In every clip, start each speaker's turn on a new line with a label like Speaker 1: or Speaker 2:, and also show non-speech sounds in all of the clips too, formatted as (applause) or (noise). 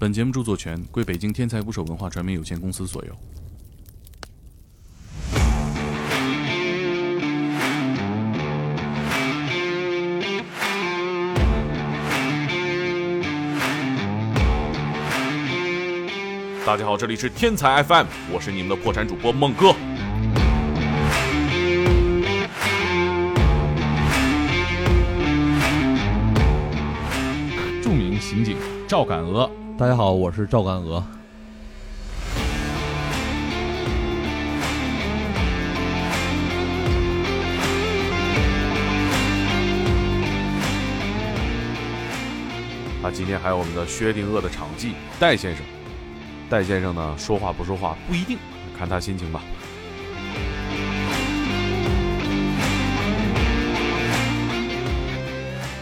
Speaker 1: 本节目著作权归北京天才捕手文化传媒有限公司所有。
Speaker 2: 大家好，这里是天才 FM，我是你们的破产主播孟哥。
Speaker 1: 著名刑警赵敢鹅，
Speaker 3: 大家好，我是赵干鹅。
Speaker 2: 啊，今天还有我们的薛定谔的场记戴先生。戴先生呢，说话不说话不一定，看他心情吧。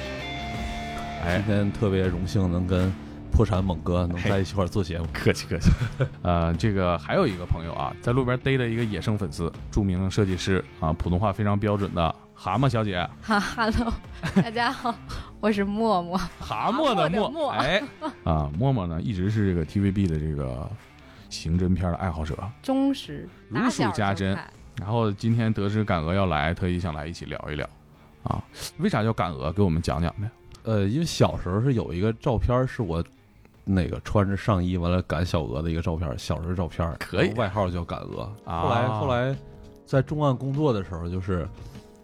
Speaker 3: 今
Speaker 1: 哎
Speaker 3: 天特别荣幸能跟破产猛哥能在一块儿做节目。
Speaker 1: 客气客气。 (laughs) 呃，这个还有一个朋友啊，在路边逮了一个野生粉丝，著名设计师啊，普通话非常标准的蛤蟆小姐，
Speaker 4: 哈哈喽，大家好，我是默默。
Speaker 1: 蛤
Speaker 4: 蟆
Speaker 1: 的
Speaker 4: 的蟆
Speaker 1: 蟆，哎，啊，默默呢一直是这个 TVB 的这个刑侦片的爱好者，
Speaker 4: 忠实，
Speaker 1: 如数家珍
Speaker 4: 打小就看
Speaker 1: 然后今天得知赶鹅要来，特意想来一起聊一聊，啊，为啥叫赶鹅？给我们讲讲呗。
Speaker 3: 呃，因为小时候是有一个照片儿，是我那个穿着上衣完了赶小鹅的一个照片儿，小时候照片儿
Speaker 1: 可以
Speaker 3: 然后外号叫赶鹅。
Speaker 1: 啊
Speaker 3: 后来后来在重案工作的时候，就是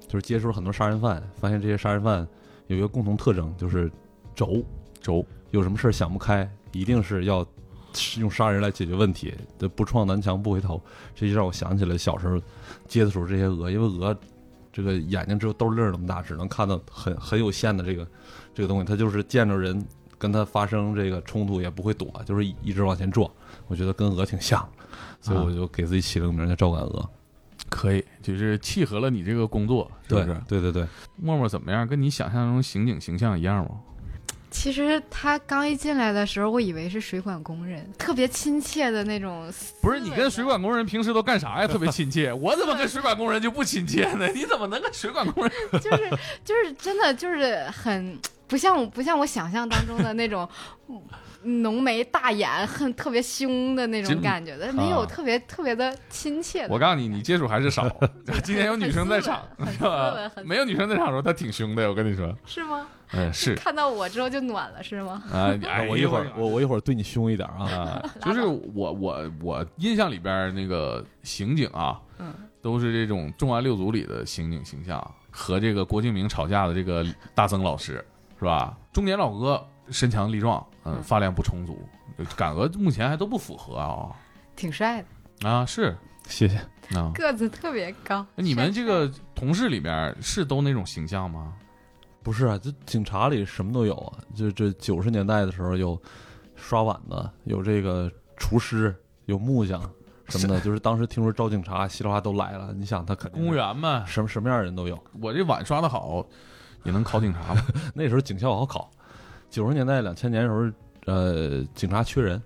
Speaker 3: 就是接触了很多杀人犯，发现这些杀人犯有一个共同特征，就是轴轴，有什么事儿想不开，一定是要是用杀人来解决问题，这不撞南墙不回头。这就让我想起了小时候接触这些鹅，因为鹅这个眼睛只有兜粒儿那么大，只能看到很很有限的这个这个东西，它就是见着人跟它发生这个冲突也不会躲，就是一一直往前撞。我觉得跟鹅挺像，所以
Speaker 1: 啊
Speaker 3: 我就给自己起了个名儿叫赵敢鹅。
Speaker 1: 可以，就是契合了你这个工作，是不
Speaker 3: 对
Speaker 1: 是？
Speaker 3: 对对对，
Speaker 1: 默默怎么样？跟你想象中刑警形象一样吗？
Speaker 4: 其实他刚一进来的时候，我以为是水管工人，特别亲切的那种思维。
Speaker 1: 不是，你跟水管工人平时都干啥 (laughs) 呀？特别亲切。我怎么跟水管工人就不亲切 (laughs) 呢？你怎么能跟水管工人？
Speaker 4: 就是就是真的就是很不像我不像我想象当中的那种浓眉大眼、很特别凶的那
Speaker 1: 真
Speaker 4: 种感觉的，没
Speaker 1: 啊
Speaker 4: 有特别特别的亲切的。
Speaker 1: 我告诉你，你接触还是少。 (laughs) 今天有女生在 (laughs) 场，
Speaker 4: 很
Speaker 1: 是
Speaker 4: 斯文很
Speaker 1: 吧
Speaker 4: 斯？文
Speaker 1: 没有女生在场的时候，她挺凶的。我跟你说，
Speaker 4: 是吗？
Speaker 1: 嗯， (laughs) 是
Speaker 4: 看到我之后就暖了是吗？
Speaker 1: 啊。
Speaker 3: 那
Speaker 1: 哎
Speaker 3: 我一
Speaker 1: 呦
Speaker 3: 会儿我我一会儿对你凶一点 (laughs) 啊。
Speaker 1: 啊，就是我我我印象里边儿那个刑警啊，
Speaker 4: 嗯，
Speaker 1: 都是这种《重案六组》里的刑警形象，和这个郭敬明吵架的这个大曾老师是吧？中年老哥身强力壮，嗯，
Speaker 4: 嗯
Speaker 1: 发量不充足，感额目前还都不符合啊
Speaker 4: 挺帅的，
Speaker 1: 啊是
Speaker 3: 谢谢。
Speaker 1: 啊，
Speaker 4: 个子特别高。
Speaker 1: 你们这个同事里边儿是都那种形象吗？
Speaker 3: 不是啊，这警察里什么都有啊。这这九十年代的时候有刷碗的，有这个厨师，有木匠什么的。就是当时听说招警察，稀里哗啦都来了。你想他肯定
Speaker 1: 公务员嘛，
Speaker 3: 什么什么样的人都有。
Speaker 1: 我这碗刷的好，也能考警察吗？
Speaker 3: 那时候警校好考，九十年代两千年的时候，呃，警察缺人，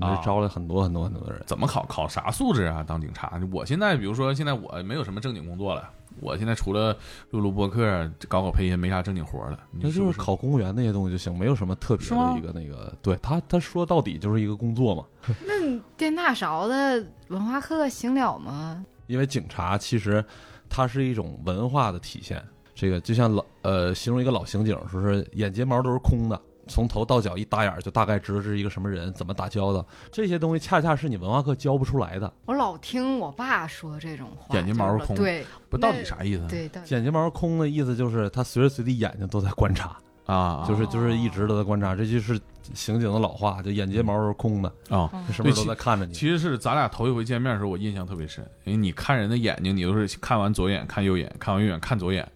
Speaker 1: 啊
Speaker 3: 就招了很多很多很多的人。
Speaker 1: 怎么考？考啥素质啊？当警察？我现在比如说，现在我没有什么正经工作了，我现在除了录录播客、搞搞配音，没啥正经活了。你说
Speaker 3: 那就是
Speaker 1: 不
Speaker 3: 是考公务员那些东西就行，没有什么特别
Speaker 1: 是吗
Speaker 3: 的一个那个。对他，他说到底就是一个工作嘛。
Speaker 4: 那你电大勺的文化课行了吗？
Speaker 3: 因为警察其实它是一种文化的体现。这个就像老呃，形容一个老刑警，说是眼睫毛都是空的，从头到脚一打眼儿就大概知道这是一个什么人，怎么打交道。这些东西恰恰是你文化课教不出来的。
Speaker 4: 我老听我爸说这种话，
Speaker 1: 眼睫毛是空
Speaker 4: 对
Speaker 1: 不到底啥意思
Speaker 4: 对，到底
Speaker 3: 眼睫毛空的意思就是他随时随地眼睛都在观察，
Speaker 1: 啊？
Speaker 3: 就是
Speaker 4: 哦
Speaker 3: 就是一直都在观察。这就是刑警的老话，就眼睫毛都是空的，
Speaker 1: 啊。
Speaker 4: 嗯
Speaker 3: 什么时候都在看着你。啊
Speaker 1: 其实是咱俩头一回见面的时候，我印象特别深，因为你看人的眼睛，你都是看完左眼看右眼，看完右眼看左眼，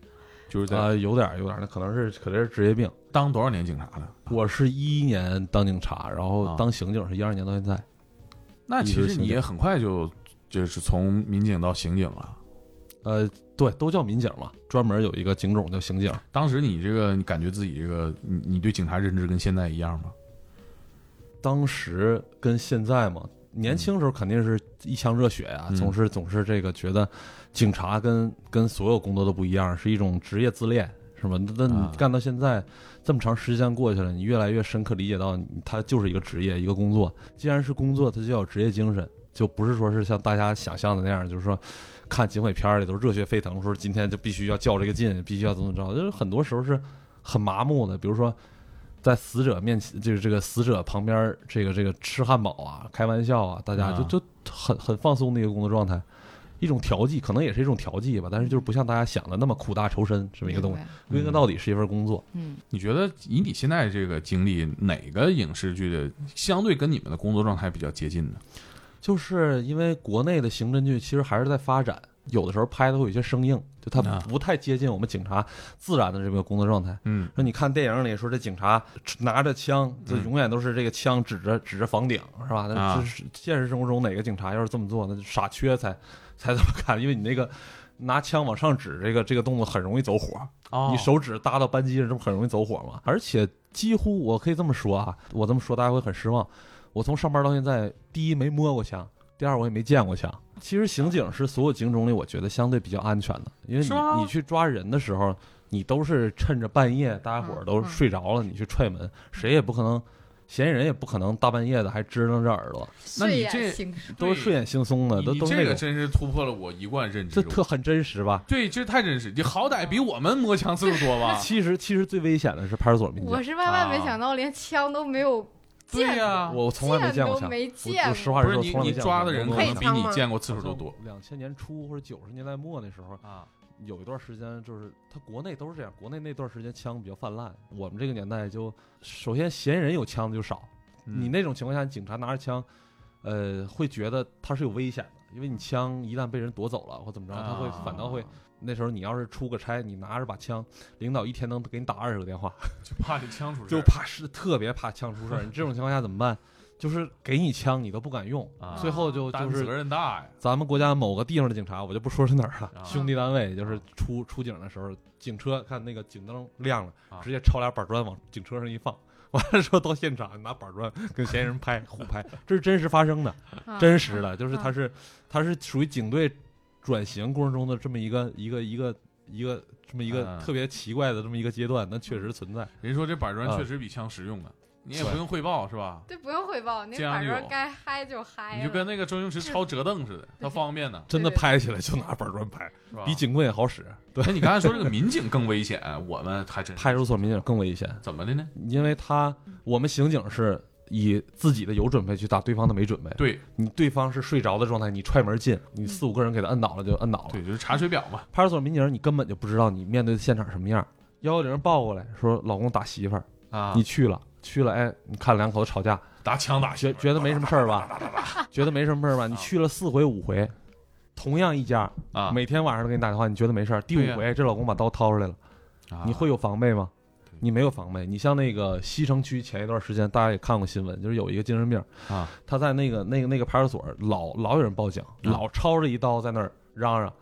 Speaker 1: 就是在
Speaker 3: 啊、有点儿有点儿，那可能是可能是职业病。
Speaker 1: 当多少年警察了？
Speaker 3: 我是一一年当警察，然
Speaker 1: 啊
Speaker 3: 后当刑警是一二年到现在。
Speaker 1: 那其
Speaker 3: 一直
Speaker 1: 实
Speaker 3: 是
Speaker 1: 你也很快就就是从民警到刑警了。
Speaker 3: 呃，对，都叫民警嘛，专门有一个警种叫刑警。
Speaker 1: 当时你这个，你感觉自己这个，你你对警察认知跟现在一样吗？
Speaker 3: 当时跟现在嘛，年轻时候肯定是一腔热血呀、
Speaker 1: 嗯
Speaker 3: 总是总是这个觉得警察跟跟所有工作都不一样，是一种职业自恋，是吧？那那
Speaker 2: 啊
Speaker 3: 你干到现在这么长时间过去了，你越来越深刻理解到你，它就是一个职业，一个工作。既然是工作，它就要有职业精神，就不是说是像大家想象的那样，就是说看警匪片儿里都是热血沸腾，说今天就必须要较这个劲，必须要怎么怎么着，就是很多时候是很麻木的。比如说，在死者面前，就是这个死者旁边儿，这个这个吃汉堡啊，开玩笑啊，大家
Speaker 1: 啊
Speaker 3: 就就很很放松的一个工作状态，一种调剂，可能也是一种调剂吧，但是就是不像大家想的那么苦大仇深这么一个东西
Speaker 4: 明。白
Speaker 3: 归根到底是一份工作，
Speaker 4: 嗯，
Speaker 1: 你觉得以你现在这个经历，哪个影视剧的相对跟你们的工作状态比较接近呢？
Speaker 3: 就是因为国内的刑侦剧其实还是在发展，有的时候拍的会有一些生硬，就它
Speaker 1: 啊
Speaker 3: 不太接近我们警察自然的这个工作状态。
Speaker 1: 嗯，
Speaker 3: 说你看电影里说这警察拿着枪，就
Speaker 1: 嗯
Speaker 3: 永远都是这个枪指着指着房顶，是吧？
Speaker 1: 啊
Speaker 3: 那这是现实生活中哪个警察要是这么做，那就傻缺才才这么干，因为你那个拿枪往上指这个这个动作很容易走火，
Speaker 1: 哦
Speaker 3: 你手指搭到扳机上，这不很容易走火吗？而且几乎我可以这么说啊，我这么说大家会很失望。我从上班到现在，第一没摸过枪，第二我也没见过枪。其实刑警是所有警种里我觉得相对比较安全的，因为
Speaker 1: 是吗
Speaker 3: 你你去抓人的时候，你都是趁着半夜大家伙儿都
Speaker 4: 嗯嗯
Speaker 3: 睡着了，你去踹门，谁也不可能，嫌疑人也不可能大半夜的还支棱着耳朵，
Speaker 1: 那你
Speaker 4: 睡眼
Speaker 1: 这
Speaker 4: 惺忪
Speaker 3: 都是睡眼惺忪的，
Speaker 1: 你
Speaker 3: 都
Speaker 1: 你
Speaker 3: 都是
Speaker 1: 这
Speaker 3: 那
Speaker 1: 个
Speaker 3: 种，
Speaker 1: 真是突破了我一贯认知
Speaker 3: 这
Speaker 1: 中。
Speaker 3: 特很真实吧？
Speaker 1: 对，这太真实。你好歹比我们摸枪次数多吧？
Speaker 3: 其实其实最危险的是派出所民警
Speaker 4: 我，是万万没想到，连枪都没有
Speaker 1: 对呀、
Speaker 3: 我从来没见过
Speaker 4: 都
Speaker 3: 枪。
Speaker 4: 没
Speaker 3: 我
Speaker 4: 见
Speaker 3: 我实
Speaker 4: 过。
Speaker 3: 话
Speaker 1: 不
Speaker 3: 实
Speaker 1: 是
Speaker 3: 说，
Speaker 1: 你
Speaker 3: 从
Speaker 1: 你抓
Speaker 3: 来没见过这
Speaker 1: 的
Speaker 3: 种
Speaker 1: 人
Speaker 3: 东
Speaker 1: 可
Speaker 3: 西
Speaker 1: 能比你见过次数都多。
Speaker 3: 两千年初或者九十年代末那时候，
Speaker 1: 啊，
Speaker 3: 有一段时间就是他国内都是这样，国内那段时间枪比较泛滥，我们这个年代就首先嫌疑人有枪的就少，
Speaker 1: 嗯
Speaker 3: 你那种情况下，警察拿着枪，呃，会觉得他是有危险的，因为你枪一旦被人夺走了或怎么着，他
Speaker 1: 啊
Speaker 3: 会反倒会。那时候你要是出个差，你拿着把枪，领导一天能给你打二十个电话，
Speaker 1: 就怕你枪出事
Speaker 3: 就
Speaker 1: 儿
Speaker 3: 怕是特别怕枪出事儿。你这种情况下怎么办？就是给你枪你都不敢用，
Speaker 1: 啊
Speaker 3: 最后就
Speaker 1: 担
Speaker 3: 就是
Speaker 1: 责任大呀。
Speaker 3: 咱们国家某个地方的警察，我就不说是哪儿
Speaker 1: 啊
Speaker 3: 了，兄弟单位就是出出警的时候，警车看那个警灯亮了
Speaker 1: 啊，
Speaker 3: 直接抄俩板砖往警车上一放，完了之后到现场拿板砖跟嫌疑人拍互拍，这是真实发生的，
Speaker 4: 啊
Speaker 3: 真实的，就是
Speaker 4: 啊
Speaker 3: 他是他是属于警队转型过程中的这么一个一个一个一个这么一
Speaker 1: 啊
Speaker 3: 个特别奇怪的这么一个阶段，那确实存在。
Speaker 1: 人说这板砖
Speaker 3: 啊
Speaker 1: 确实比枪实用啊，你也
Speaker 3: 对
Speaker 1: 不用汇报是吧？
Speaker 4: (laughs) 对，不用汇报，那
Speaker 1: 这样
Speaker 4: 板
Speaker 1: 就有
Speaker 4: 砖该嗨就嗨了。嗯
Speaker 1: 你就跟那个周星驰抄折凳似的，他方便呢，
Speaker 3: 真的
Speaker 4: 对
Speaker 3: 拍起来就拿板砖拍，
Speaker 1: 是吧？
Speaker 3: 比警棍也好使。啊
Speaker 1: (laughs)
Speaker 3: 对，
Speaker 1: 哎，你刚才说这个民警更危险，我们还真是
Speaker 3: 派出所民警更危险，
Speaker 1: 怎么的呢？
Speaker 3: 因为他我们刑警是以自己的有准备去打对方的没准备，
Speaker 1: 对
Speaker 3: 你对方是睡着的状态，你踹门进，你四五个人给他摁倒了就摁倒了。
Speaker 1: 对，就是查水表嘛。
Speaker 3: (laughs) 派出所民警你根本就不知道你面对的现场什么样，幺幺零报过来说老公打媳妇儿，
Speaker 1: 啊
Speaker 3: 你去了。去了，哎，你看两口子吵架，
Speaker 1: 打枪打
Speaker 3: 觉
Speaker 1: 血，
Speaker 3: 觉得没什么事儿吧？
Speaker 1: (laughs)
Speaker 3: 觉得没什么事儿吧？你去了四回五回，同样一家，
Speaker 1: 啊，
Speaker 3: 每天晚上都给你打电话，你觉得没事儿。第
Speaker 1: 对呀
Speaker 3: 五回，这老公把刀掏出来了。
Speaker 1: 啊
Speaker 3: 你会有防备吗
Speaker 1: 对？
Speaker 3: 你没有防备。你像那个西城区前一段时间，大家也看过新闻，就是有一个精神病
Speaker 1: 啊，
Speaker 3: 他在那个那个那个派出所老老有人报警，
Speaker 1: 嗯
Speaker 3: 老抄着一刀在那儿嚷嚷。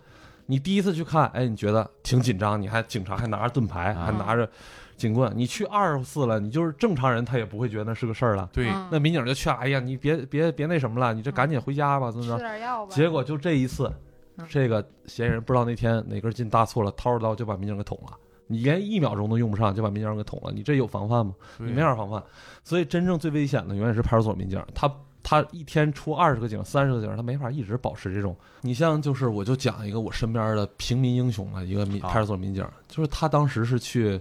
Speaker 3: 你第一次去看，哎，你觉得挺紧张，你还警察还拿着盾牌，
Speaker 1: 啊
Speaker 3: 还拿着警棍。你去二次了，你就是正常人，他也不会觉得那是个事儿了。
Speaker 1: 对，
Speaker 4: 嗯
Speaker 3: 那民警就劝，哎呀，你别别别那什么了，你这赶紧回家吧，怎么
Speaker 4: 吃
Speaker 3: 着？
Speaker 4: 点药吧。
Speaker 3: 结果就这一次
Speaker 4: 嗯，
Speaker 3: 这个嫌疑人不知道那天哪根筋搭错了，掏着刀就把民警给捅了。你连一秒钟都用不上，就把民警给捅了，你这有防范吗？
Speaker 1: 对
Speaker 3: 你没法防范。所以真正最危险的永远是派出所民警，他他一天出二十个警、三十个警，他没法一直保持这种。你像就是我就讲一个我身边的平民英雄啊，一个民
Speaker 1: 好
Speaker 3: 派出所民警，就是他当时是去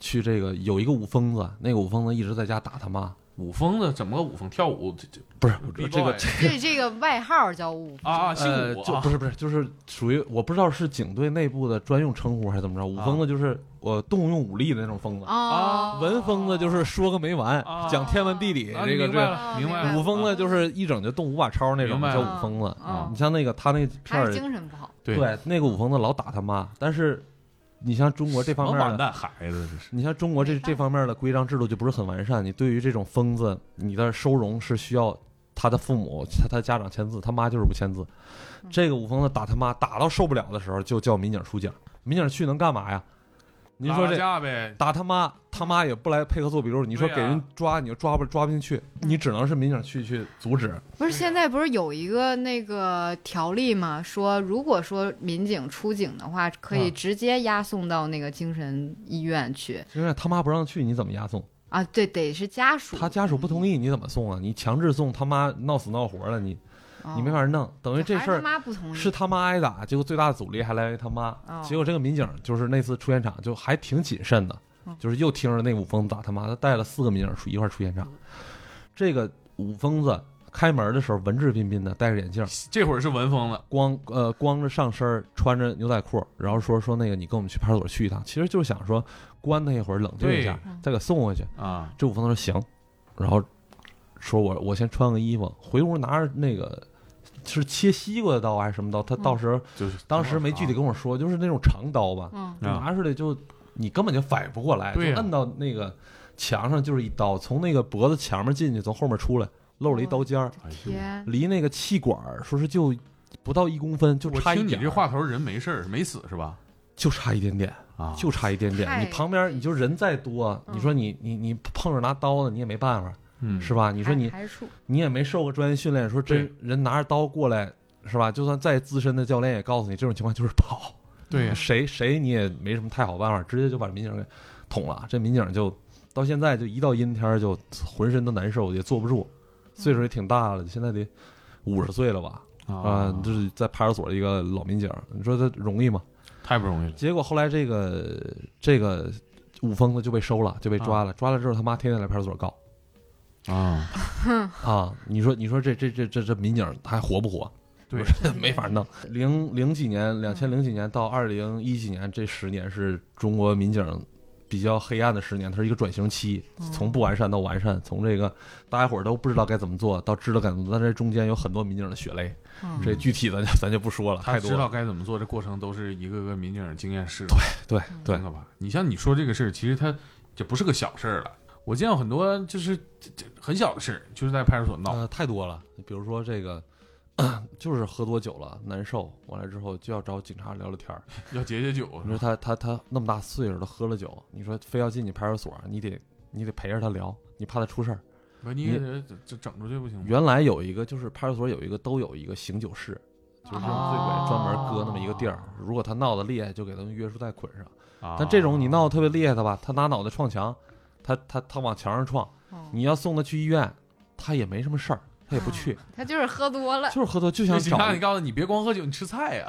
Speaker 3: 去这个有一个武疯子，那个武疯子一直在家打他妈，
Speaker 1: 舞风的怎么个舞风？跳舞这这
Speaker 3: 不是
Speaker 1: B-boy
Speaker 3: 这个
Speaker 4: (laughs) 对这个外号叫五
Speaker 1: 啊啊，
Speaker 3: 呃
Speaker 1: 姓，武
Speaker 3: 就
Speaker 1: 啊
Speaker 3: 不是不是，就是属于我不知道是警队内部的专用称呼还是怎么着，武
Speaker 1: 啊
Speaker 3: 疯子就是我动用武力的那种疯子，
Speaker 4: 啊，
Speaker 3: 文疯子就是说个没完，
Speaker 1: 啊
Speaker 3: 讲天文地理，
Speaker 1: 啊
Speaker 3: 这个
Speaker 1: 明
Speaker 3: 这
Speaker 1: 白
Speaker 3: 个
Speaker 1: 了，
Speaker 4: 这
Speaker 1: 明白了。
Speaker 3: 武疯
Speaker 1: 啊
Speaker 3: 子就是一整就动五把超那
Speaker 1: 明
Speaker 3: 种
Speaker 1: 白
Speaker 3: 叫
Speaker 1: 了
Speaker 3: 武疯子。
Speaker 4: 啊
Speaker 3: 你，像那个他那片
Speaker 4: 还
Speaker 3: 儿
Speaker 4: 是，精神不好。
Speaker 1: 对，
Speaker 3: 对那个武疯子老打他妈，但是你像中国这方
Speaker 1: 什么
Speaker 3: 面
Speaker 1: 完
Speaker 3: 的。
Speaker 1: 蛋孩子这是
Speaker 3: 你像中国这
Speaker 4: 没办法
Speaker 3: 这方面的规章制度就不是很完善，你对于这种疯子，你的收容是需要他的父母、他他家长签字，他妈就是不签字。
Speaker 4: 嗯
Speaker 3: 这个武疯子打他妈打到受不了的时候，就叫民警出警。民警去能干嘛呀？您说
Speaker 1: 打
Speaker 3: 这
Speaker 1: 架呗，
Speaker 3: 打他妈，他妈也不来配合做笔录，你说
Speaker 1: 对
Speaker 3: 给
Speaker 1: 啊
Speaker 3: 人抓，你又抓不抓不进去，
Speaker 4: 嗯
Speaker 3: 你只能是民警去去阻止。
Speaker 4: 不是现在不是有一个那个条例吗？说如果说民警出警的话，可以
Speaker 3: 啊
Speaker 4: 直接押送到那个精神医院去
Speaker 3: 因为他妈不让去，你怎么押送？
Speaker 4: 啊。对，得是家属，
Speaker 3: 他家属不同意，你怎么送啊？你强制送，他妈闹死闹活的，你
Speaker 4: 哦，
Speaker 3: 你没法弄。等于这
Speaker 4: 就还是
Speaker 3: 事儿
Speaker 4: 他妈不同意，
Speaker 3: 是他妈挨打，结果最大的阻力还来源于他妈。
Speaker 4: 哦
Speaker 3: 结果这个民警就是那次出现场就还挺谨慎的，
Speaker 4: 嗯
Speaker 3: 就是又听着那五疯子打他妈，他带了四个民警出一块儿出现
Speaker 4: 嗯
Speaker 3: 场。这个五疯子开门的时候文质彬彬的，戴着眼镜，
Speaker 1: 这会儿是文风了，
Speaker 3: 光呃光着上身儿，穿着牛仔裤，然后说说那个你跟我们去派出所去一趟，其实就是想说关他一会儿，冷静一下
Speaker 1: 对
Speaker 4: 嗯，
Speaker 3: 再给送回去。
Speaker 1: 啊，
Speaker 3: 这五疯子说行，然后说我我先穿个衣服，回屋拿着那个是切西瓜的刀还是什么刀？他
Speaker 4: 嗯
Speaker 3: 到时候、
Speaker 2: 就是
Speaker 3: 当
Speaker 1: 哦
Speaker 3: 时没
Speaker 1: 啊
Speaker 3: 具体跟我说，就是那种长刀吧，
Speaker 4: 嗯，
Speaker 2: 啊
Speaker 3: 拿出来就你根本就反应不过来，
Speaker 1: 对呀
Speaker 3: 就摁到那个墙上就是一刀，从那个脖子前面进去，从后面出来，露了一刀尖儿，
Speaker 2: 哎呦
Speaker 4: 天，
Speaker 3: 离那个气管儿说是就不到一公分，就
Speaker 1: 我
Speaker 3: 差一
Speaker 1: 听你
Speaker 3: 点儿，
Speaker 1: 这话头，人没事儿，没死是吧？
Speaker 3: 就差一点点。
Speaker 1: 啊，
Speaker 3: 就差一点点，
Speaker 4: 太
Speaker 3: 你旁边你就人再多，
Speaker 4: 嗯
Speaker 3: 你说你你你碰着拿刀的你也没办法，
Speaker 1: 嗯
Speaker 3: 是吧？你
Speaker 4: 你
Speaker 3: 说你
Speaker 4: 还是处
Speaker 3: 你也没受过专业训练，说真人拿着刀过来是吧？就算再资深的教练也告诉你，这种情况就是跑，
Speaker 1: 对
Speaker 4: 嗯
Speaker 1: 呀，
Speaker 3: 谁谁你也没什么太好办法，直接就把民警给捅了。这民警就到现在就一到阴天儿就浑身都难受，也坐不住，岁数也挺大了，现在得五十岁了吧？啊、这是在派出所的一个老民警，你说他容易吗？
Speaker 1: 太不容易了，
Speaker 3: 结果后来这个这个五疯子就被收了，就被抓了。抓了之后，他妈天天来派出所告
Speaker 1: 啊，
Speaker 3: 啊！你说你说这这这这这民警还活不活？
Speaker 1: 对
Speaker 3: 我说没法弄。零零几年，两千零几年到二零一几年这十年是中国民警比较黑暗的十年，它是一个转型期，从不完善到完善，从这个大家伙儿都不知道该怎么做到知道该怎么做，但这中间有很多民警的血泪，
Speaker 4: 嗯
Speaker 3: 这具体的咱就 (laughs) 不说了，
Speaker 1: 他
Speaker 3: 太多
Speaker 1: 知
Speaker 3: 了。
Speaker 1: 道该怎么做，这过程都是一个个民警经验式。
Speaker 3: 对对
Speaker 1: 真，的吧？你像你说这个事儿，其实它这不是个小事儿了。我见过很多就是这这很小的事儿，就是在派出所闹。
Speaker 3: 呃，太多了。比如说这个， (coughs) 就是喝多酒了，难受，完了之后就要找警察聊聊天儿。
Speaker 1: 要解解酒
Speaker 3: 你说他他他那么大岁数了，喝了酒，你说非要进你派出所，你得你得陪着他聊，你怕他出事儿。
Speaker 1: 不是，你给人就整出去不行吗？
Speaker 3: 嗯原来有一个就是派出所有一个都有一个醒酒室，
Speaker 4: 哦
Speaker 3: 就是这种醉鬼专门搁那么一个地儿。如果他闹得厉害，就给他们约束带捆上。
Speaker 1: 啊
Speaker 3: 但这种你闹得特别厉害的吧，他拿脑袋撞墙，他他他往墙上撞，
Speaker 4: 哦
Speaker 3: 你要送他去医院，他也没什么事儿，他也不去，
Speaker 4: 他就是喝多了，
Speaker 3: 就是喝多
Speaker 1: 就
Speaker 3: 就想
Speaker 1: 警察，
Speaker 3: 找
Speaker 1: 啊你告诉他你别光喝酒，你吃菜呀，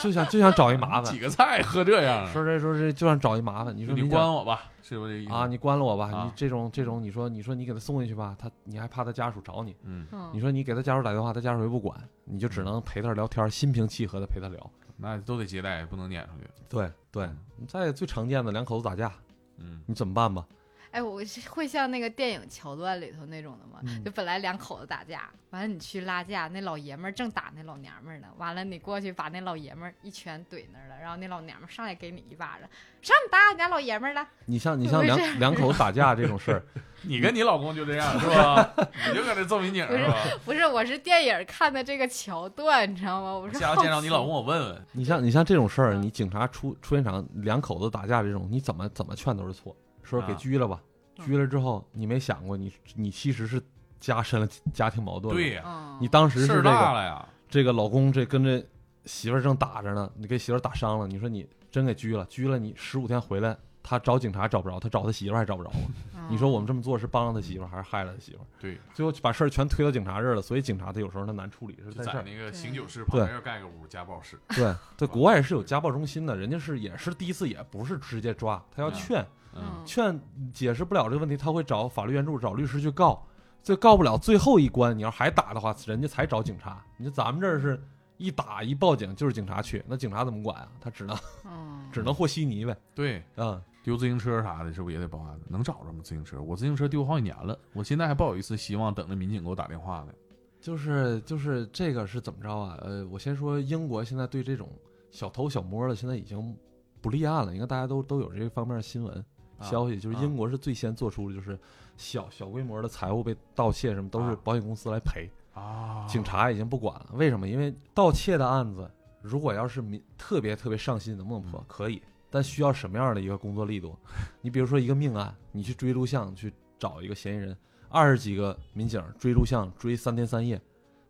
Speaker 3: 就想就想找一麻烦
Speaker 1: 几，个菜喝这样，啊
Speaker 3: 说这说这就想找一麻烦。你
Speaker 1: 你
Speaker 3: 说
Speaker 1: 你
Speaker 3: 想
Speaker 1: 关我吧，是不是这意思
Speaker 3: 啊，？你关了我吧，
Speaker 1: 啊
Speaker 3: 你这种这种，你说你说你给他送进去吧，他你还怕他家属找你，
Speaker 1: 嗯，
Speaker 4: 嗯
Speaker 3: 你说你给他家属打电话，他家属也不管，你就只能陪他聊天，心平气和的陪他聊。
Speaker 1: 那都得接待，不能撵出去。
Speaker 3: 对对，再最常见的两口子打架，
Speaker 1: 嗯，
Speaker 3: 你怎么办吧？
Speaker 4: 哎，我是会像那个电影桥段里头那种的吗？
Speaker 3: 嗯
Speaker 4: 就本来两口子打架，完了你去拉架，那老爷们儿正打那老娘们儿呢，完了你过去把那老爷们儿一拳怼那儿了，然后那老娘们儿上来给你一巴掌，上你打俺家老爷们儿了，
Speaker 3: 你像你
Speaker 4: 不
Speaker 3: 像
Speaker 4: 是
Speaker 3: 两两口子打架这种事
Speaker 4: (laughs)
Speaker 3: 儿，
Speaker 1: 你跟你老公就这样是吧？你就搁这揍民警
Speaker 4: 不是
Speaker 1: 是吧？
Speaker 4: 不是，我是电影看的这个桥段，你知道吗？我说
Speaker 1: 下
Speaker 4: 好
Speaker 1: 回见着你
Speaker 4: 奇
Speaker 1: 老公，我问问。
Speaker 3: 你像你像这种事儿，
Speaker 4: 嗯
Speaker 3: 你警察出出现场两口子打架这种，你怎么怎么劝都是错，说给
Speaker 1: 啊
Speaker 3: 拘了吧，
Speaker 4: 嗯
Speaker 3: 拘了之后你没想过你你其实是加深了家庭矛盾，
Speaker 1: 对，呀，
Speaker 4: 嗯，
Speaker 3: 你当时是
Speaker 1: 事
Speaker 3: 这
Speaker 1: 儿
Speaker 3: 个
Speaker 1: 大了呀，
Speaker 3: 这个老公这跟这媳妇儿正打着呢，你给媳妇儿打伤了，你说你真给拘了，拘了你十五天回来，他找警察找不着，他找他媳妇儿还找不着吗？
Speaker 4: 嗯
Speaker 3: 你说我们这么做是帮了他媳妇儿还是害了他媳妇儿？
Speaker 1: 哦对，
Speaker 3: 最后把事儿全推到警察这儿了，所以警察他有时候他难处理，是
Speaker 1: 就
Speaker 3: 在这
Speaker 1: 在
Speaker 3: 儿。
Speaker 1: 那个
Speaker 4: 对
Speaker 1: 醒酒室旁边盖个屋，家暴室。
Speaker 3: 对对，国外是有家暴中心的，人家是也是第一次也不是直接抓，他要
Speaker 1: 嗯
Speaker 3: 劝，
Speaker 1: 嗯，
Speaker 4: 嗯
Speaker 3: 劝解释不了这个问题，他会找法律援助，找律师去告，最告不了最后一关，你要还打的话，人家才找警察。你说咱们这儿是一打一报警就是警察去，那警察怎么管啊？他只能 (laughs)
Speaker 4: 嗯
Speaker 3: 只能和稀泥呗。
Speaker 1: 对，
Speaker 3: 嗯，
Speaker 1: 丢自行车啥的，是不是也得报案？能找着吗？自行车，我自行车丢好几年了，我现在还抱有一丝希望，等着民警给我打电话呢。
Speaker 3: 就是就是这个是怎么着啊？呃，我先说英国现在对这种小偷小摸的现在已经不立案了，应该大家都都有这方面的新闻。
Speaker 1: 啊
Speaker 3: 消息就是英
Speaker 1: 国
Speaker 3: 国是最先做出的，就是小小规模的财物被盗窃什么都是
Speaker 1: 啊
Speaker 3: 保险公司来赔，
Speaker 1: 啊，
Speaker 3: 警察已经不管了。为什么？因为盗窃的案子，如果要是民特别特别上心，能不能破？可以。但需要什么样的一个工作力度？ (laughs) 你比如说一个命案，你去追录像去找一个嫌疑人，二十几个民警追录像追三天三夜，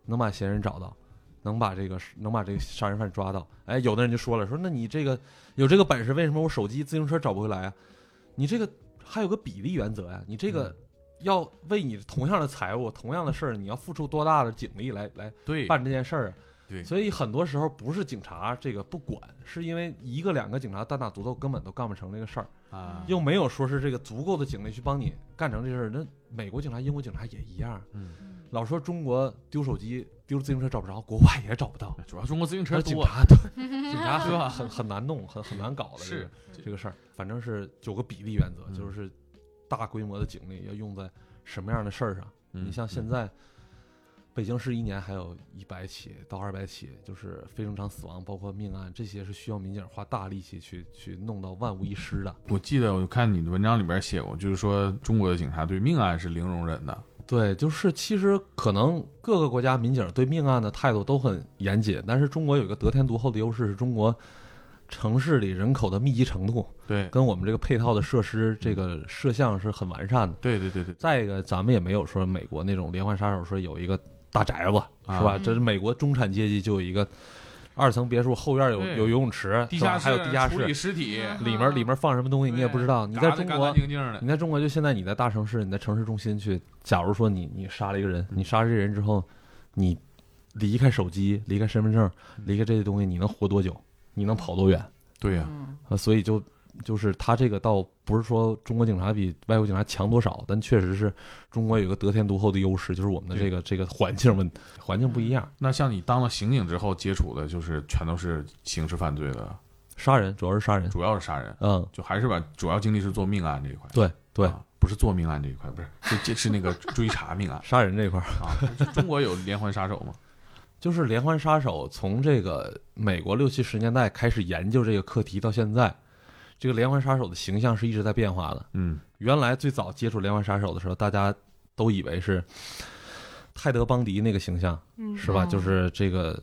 Speaker 3: 能把嫌疑人找到，能把这个能把这个杀人犯抓到。哎，有的人就说了，说那你这个有这个本事，为什么我手机、自行车找不回来啊？你这个还有个比例原则呀、啊你这个。要为你同样的财物、同样的事儿，你要付出多大的警力来来
Speaker 1: 对
Speaker 3: 办这件事儿啊。
Speaker 1: 对
Speaker 3: 所以很多时候不是警察这个不管，是因为一个两个警察单打独斗根本都干不成这个事儿，
Speaker 1: 啊，
Speaker 3: 又没有说是这个足够的警力去帮你干成这事儿。那美国警察、英国警察也一样，啊
Speaker 4: 嗯
Speaker 3: 老说中国丢手机、丢自行车找不着，国外也找不到。
Speaker 1: 主要中国自行车
Speaker 3: 而警
Speaker 1: 多，
Speaker 3: 察对嗯警察
Speaker 1: 是吧
Speaker 3: 很很很难弄，很很难搞的这
Speaker 1: 是
Speaker 3: 个这个事儿。反正是有个比例原则，
Speaker 1: 嗯
Speaker 3: 就是大规模的警力要用在什么样的事儿上。
Speaker 1: 嗯
Speaker 3: 你像现在，北京市一年还有一百起到二百起，就是非正常死亡，包括命案，这些是需要民警花大力气去去弄到万无一失的。
Speaker 1: 我记得我看你的文章里边写过，就是说中国的警察对命案是零容忍的，
Speaker 3: 对，就是其实可能各个国家民警对命案的态度都很严谨，但是中国有一个得天独厚的优势，是中国城市里人口的密集程度
Speaker 1: 对，
Speaker 3: 跟我们这个配套的设施、这个摄像是很完善的。
Speaker 1: 对对对对，
Speaker 3: 再一个，咱们也没有说美国那种连环杀手说有一个大宅子、
Speaker 1: 啊
Speaker 3: 是吧？
Speaker 4: 嗯
Speaker 3: 这是美国中产阶级就有一个二层别墅，后院有
Speaker 1: 对
Speaker 3: 有游泳池，
Speaker 1: 地
Speaker 3: 是吧
Speaker 1: 下室
Speaker 3: 还有地下
Speaker 1: 处理
Speaker 3: 室，
Speaker 1: 尸体，
Speaker 4: 嗯
Speaker 3: 里面里面放什么东西你也不知道。你在
Speaker 1: 嘎得
Speaker 3: 中
Speaker 1: 干
Speaker 3: 国
Speaker 1: 干，净净的，
Speaker 3: (laughs) 你在中国就现在你在大城市，你在城市中心去，假如说你你杀了一个人，
Speaker 1: 嗯
Speaker 3: 你杀了这人之后，你离开手机，离开身份证，
Speaker 1: 嗯
Speaker 3: 离开这些东西，你能活多久？你能跑多远？
Speaker 1: 对呀，
Speaker 4: 嗯
Speaker 3: 啊，所以就就是他这个倒不是说中国警察比外国警察强多少，但确实是中国有一个得天独厚的优势，就是我们的这个这个环境问环境不一样。
Speaker 1: 那像你当了刑警之后接触的，就是全都是刑事犯罪的，
Speaker 3: 杀人主要是杀人，
Speaker 1: 主要是杀人，
Speaker 3: 嗯，
Speaker 1: 就还是把主要精力是做命案这一块，
Speaker 3: 对对，
Speaker 1: 啊不是做命案这一块，不是，就就是那个追查命案
Speaker 3: 杀人这块儿
Speaker 1: 啊。就中国有连环杀手吗？
Speaker 3: 就是连环杀手从这个美国六七十年代开始研究这个课题到现在，这个连环杀手的形象是一直在变化的。
Speaker 1: 嗯，
Speaker 3: 原来最早接触连环杀手的时候，大家都以为是泰德·邦迪那个形象。
Speaker 5: 嗯
Speaker 3: 是吧？
Speaker 4: 嗯
Speaker 3: 就是这个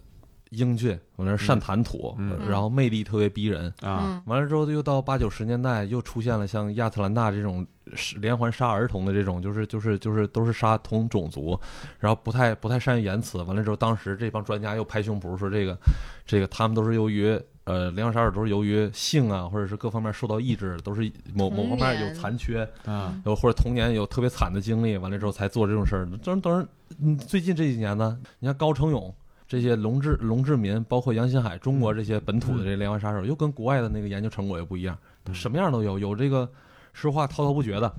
Speaker 3: 英俊，往那儿善谈吐，
Speaker 1: 嗯
Speaker 3: 呃然后魅力特别逼人。
Speaker 1: 啊，
Speaker 4: 嗯
Speaker 3: 完了之后，又到八九十年代，又出现了像亚特兰大这种是连环杀儿童的这种，就是就是就是都是杀同种族，然后不太不太善于言辞。完了之后，当时这帮专家又拍胸脯说这个这个他们都是由于呃连环杀手都是由于性啊或者是各方面受到抑制，都是某某方面有残缺，
Speaker 1: 啊，
Speaker 3: 有或者童年有特别惨的经历，完了之后才做这种事儿。当然，当然，嗯，最近这几年呢，你看高成勇这些龙志龙志民，包括杨新海，中国这些本土的这连环杀手，又跟国外的那个研究成果又不一样，
Speaker 1: 嗯
Speaker 3: 什么样都有，有这个说话滔滔不绝的，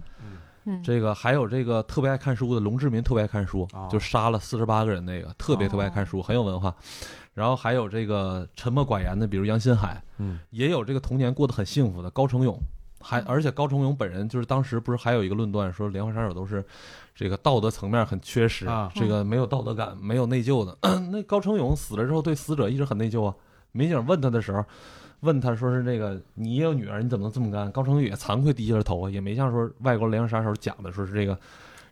Speaker 5: 嗯
Speaker 3: 这个还有这个特别爱看书的龙志民，特别爱看书，
Speaker 1: 哦
Speaker 3: 就杀了四十八个人那个，特别特别爱看书，很有文化。然后还有这个沉默寡言的，比如杨新海，
Speaker 1: 嗯，
Speaker 3: 也有这个童年过得很幸福的高成勇，还而且高成勇本人就是当时不是还有一个论断说连环杀手都是这个道德层面很缺失，
Speaker 1: 啊
Speaker 3: 这个没有道德感，没有内疚的。 (clears throat) 那高成勇死了之后对死者一直很内疚啊，民警问他的时候。问他说是那个你也有女儿，你怎么能这么干？高成勇也惭愧低下了头啊，也没像说外国连环杀手讲的说是这个，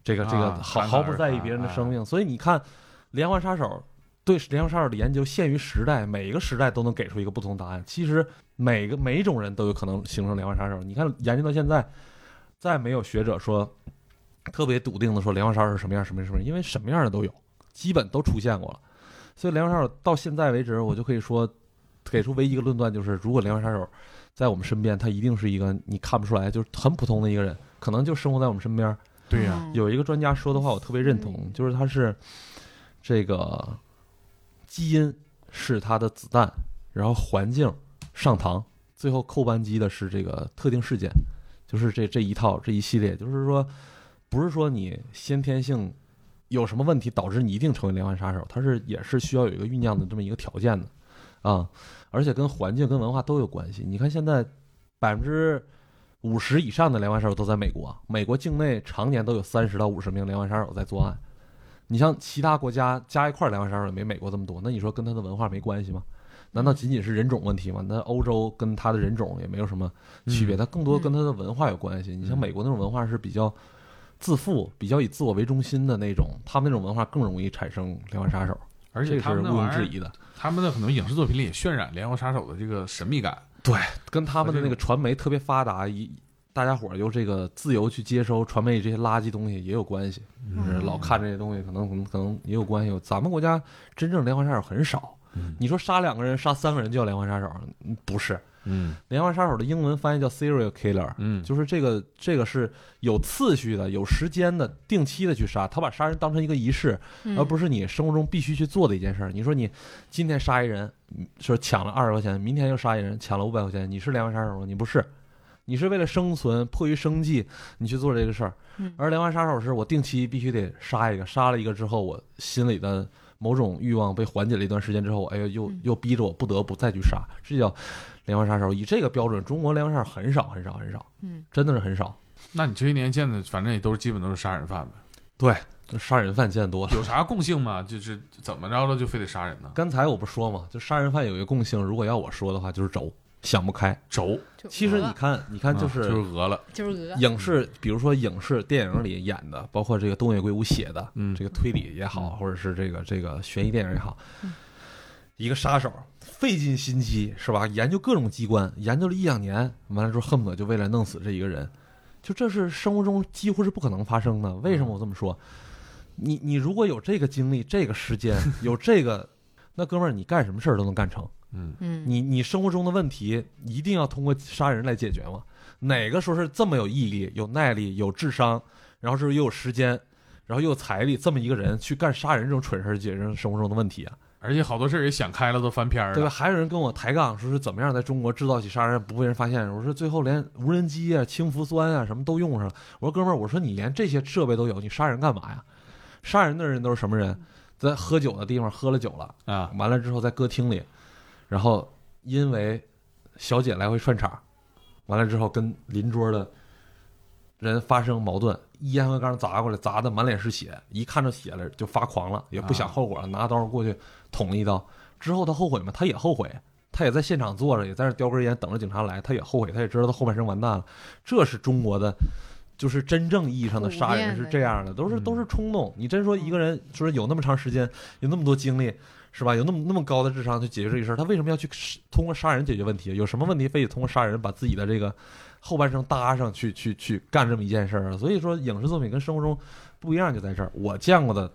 Speaker 3: 这个这个
Speaker 1: 啊
Speaker 3: 毫
Speaker 1: 侃侃
Speaker 3: 毫不
Speaker 1: 而
Speaker 3: 在意
Speaker 1: 谈
Speaker 3: 别人的
Speaker 1: 哎
Speaker 3: 生命。所以你看，连环杀手对连环杀手的研究限于时代，每个时代都能给出一个不同答案。其实每个每一种人都有可能形成连环杀手。你看研究到现在，再没有学者说特别笃定的说连环杀手是什么样什么样什么样，因为什么样的都有，基本都出现过了。所以连环杀手到现在为止，我就可以说给出唯一一个论断，就是如果连环杀手在我们身边，他一定是一个你看不出来，就是很普通的一个人，可能就生活在我们身边。
Speaker 1: 对呀，
Speaker 4: 嗯
Speaker 3: 有一个专家说的话，我特别认同
Speaker 5: 嗯，
Speaker 3: 就是他是这个基因是他的子弹，然后环境上膛，最后扣扳机的是这个特定事件，就是这这一套这一系列，就是说不是说你先天性有什么问题导致你一定成为连环杀手，它是也是需要有一个酝酿的这么一个条件的啊，而且跟环境跟文化都有关系。你看现在百分之五十以上的连环杀手都在美国，美国境内常年都有三十到五十名连环杀手在作案。你像其他国家加一块儿连环杀手也没美国这么多，那你说跟他的文化没关系吗？难道仅仅是人种问题吗？那欧洲跟他的人种也没有什么区别，它更多跟他的文化有关系。你像美国那种文化是比较自负、比较以自我为中心的那种，他们那种文化更容易产生连环杀手，
Speaker 1: 而
Speaker 3: 这
Speaker 1: 且
Speaker 3: 是
Speaker 1: 他们
Speaker 3: 毋
Speaker 1: 那
Speaker 3: 庸
Speaker 1: 玩
Speaker 3: 置
Speaker 1: 意
Speaker 3: 疑
Speaker 1: 儿，
Speaker 3: 的。
Speaker 1: 他们的很多影视作品里也渲染连环杀手的这个神秘感，
Speaker 3: 跟他们的那个传媒特别发达，一大家伙儿又这个自由去接收传媒里这些垃圾东西也有关系，就是
Speaker 1: 嗯
Speaker 3: 老看这些东西，可能可能可能也有关系。咱们国家真正连环杀手很少，你说杀两个人、杀三个人就叫连环杀手，嗯不是？
Speaker 2: 嗯
Speaker 3: 连环杀手的英文翻译叫 serial killer，
Speaker 2: 嗯
Speaker 3: 就是这个这个是有次序的、有时间的、定期的去杀。他把杀人当成一个仪式，而啊不
Speaker 4: 是
Speaker 3: 是你生活中必须去做的一件事儿。你说你今天杀一人，嗯说抢了二十块钱，明天又杀一人，抢了五百块钱，你是连环杀手吗？你不是，你是为了生存，迫于生计，你去做这个事儿
Speaker 4: 嗯。
Speaker 3: 而连环杀手是我定期必须得杀一个，杀了一个之后，我心里的某种欲望被缓解了一段时间之后，哎呦，又
Speaker 4: 嗯
Speaker 3: 又逼着我不得不再去杀，这叫连环杀手。以这个标准，中国连环杀手很少很少很少，
Speaker 4: 嗯
Speaker 3: 真的是很少。
Speaker 1: 那你这些年见的，反正也都是基本都是杀人犯呗，
Speaker 3: 杀人犯见多了。 (laughs)
Speaker 1: 有啥共性吗？就是怎么着了就非得杀人呢？
Speaker 3: 刚才我不说嘛，就杀人犯有一个共性，如果要我说的话，就是轴，想不开。
Speaker 1: 轴，
Speaker 4: 就
Speaker 3: 其实你
Speaker 4: 鹅
Speaker 3: 看，你看，就
Speaker 1: 嗯啊就是是讹了，
Speaker 4: 就是鹅，
Speaker 3: 影视，比如说影视、电影里演的，包括这个东野圭吾写的，
Speaker 1: 嗯
Speaker 3: 这个推理也好，或者是这个这个悬疑电影也好，一个杀手费尽心机是吧？研究各种机关，研究了一两年，完了之后恨不得就为了弄死这一个人，就这是生活中几乎是不可能发生的。为什么我这么说？你你如果有这个精力、这个时间、有这个，那哥们儿你干什么事儿都能干成。
Speaker 1: 嗯，
Speaker 4: 嗯
Speaker 3: 你你生活中的问题一定要通过杀人来解决吗？哪个说是这么有毅力、有耐力、有智商，然后是又有时间，然后又有财力，这么一个人去干杀人这种蠢事儿，解决生活中的问题啊，
Speaker 1: 而且好多事儿也想开了，都翻篇儿了，
Speaker 3: 对吧？？还有人跟我抬杠，说是怎么样在中国制造起杀人不被人发现？我说最后连无人机啊、氢氟酸啊什么都用上了。我说哥们儿，我说你连这些设备都有，你杀人干嘛呀？杀人的人都是什么人？在喝酒的地方喝了酒了，
Speaker 1: 啊，
Speaker 3: 完了之后在歌厅里，然后因为小姐来回串场，完了之后跟邻桌的人发生矛盾，一烟灰缸砸过来，砸的满脸是血，一看着血了就发狂了，也不想
Speaker 1: 啊
Speaker 3: 后果了，拿刀过去捅了一刀。之后他后悔吗？他也后悔，他也在现场坐着，也在那叼根烟等着警察来，他也后悔，他也知道他后半生完蛋了。这是中国的。就是真正意义上的杀人是这样的，都
Speaker 1: 嗯
Speaker 3: 是都是冲动。你真说一个人说有那么长时间，有那么多精力，是吧？有那么那么高的智商去解决这个事儿，他为什么要去通过杀人解决问题？有什么问题非得通过杀人把自己的这个后半生搭上去去去干这么一件事儿啊？所以说，影视作品跟生活中不一样就在这儿。我见过的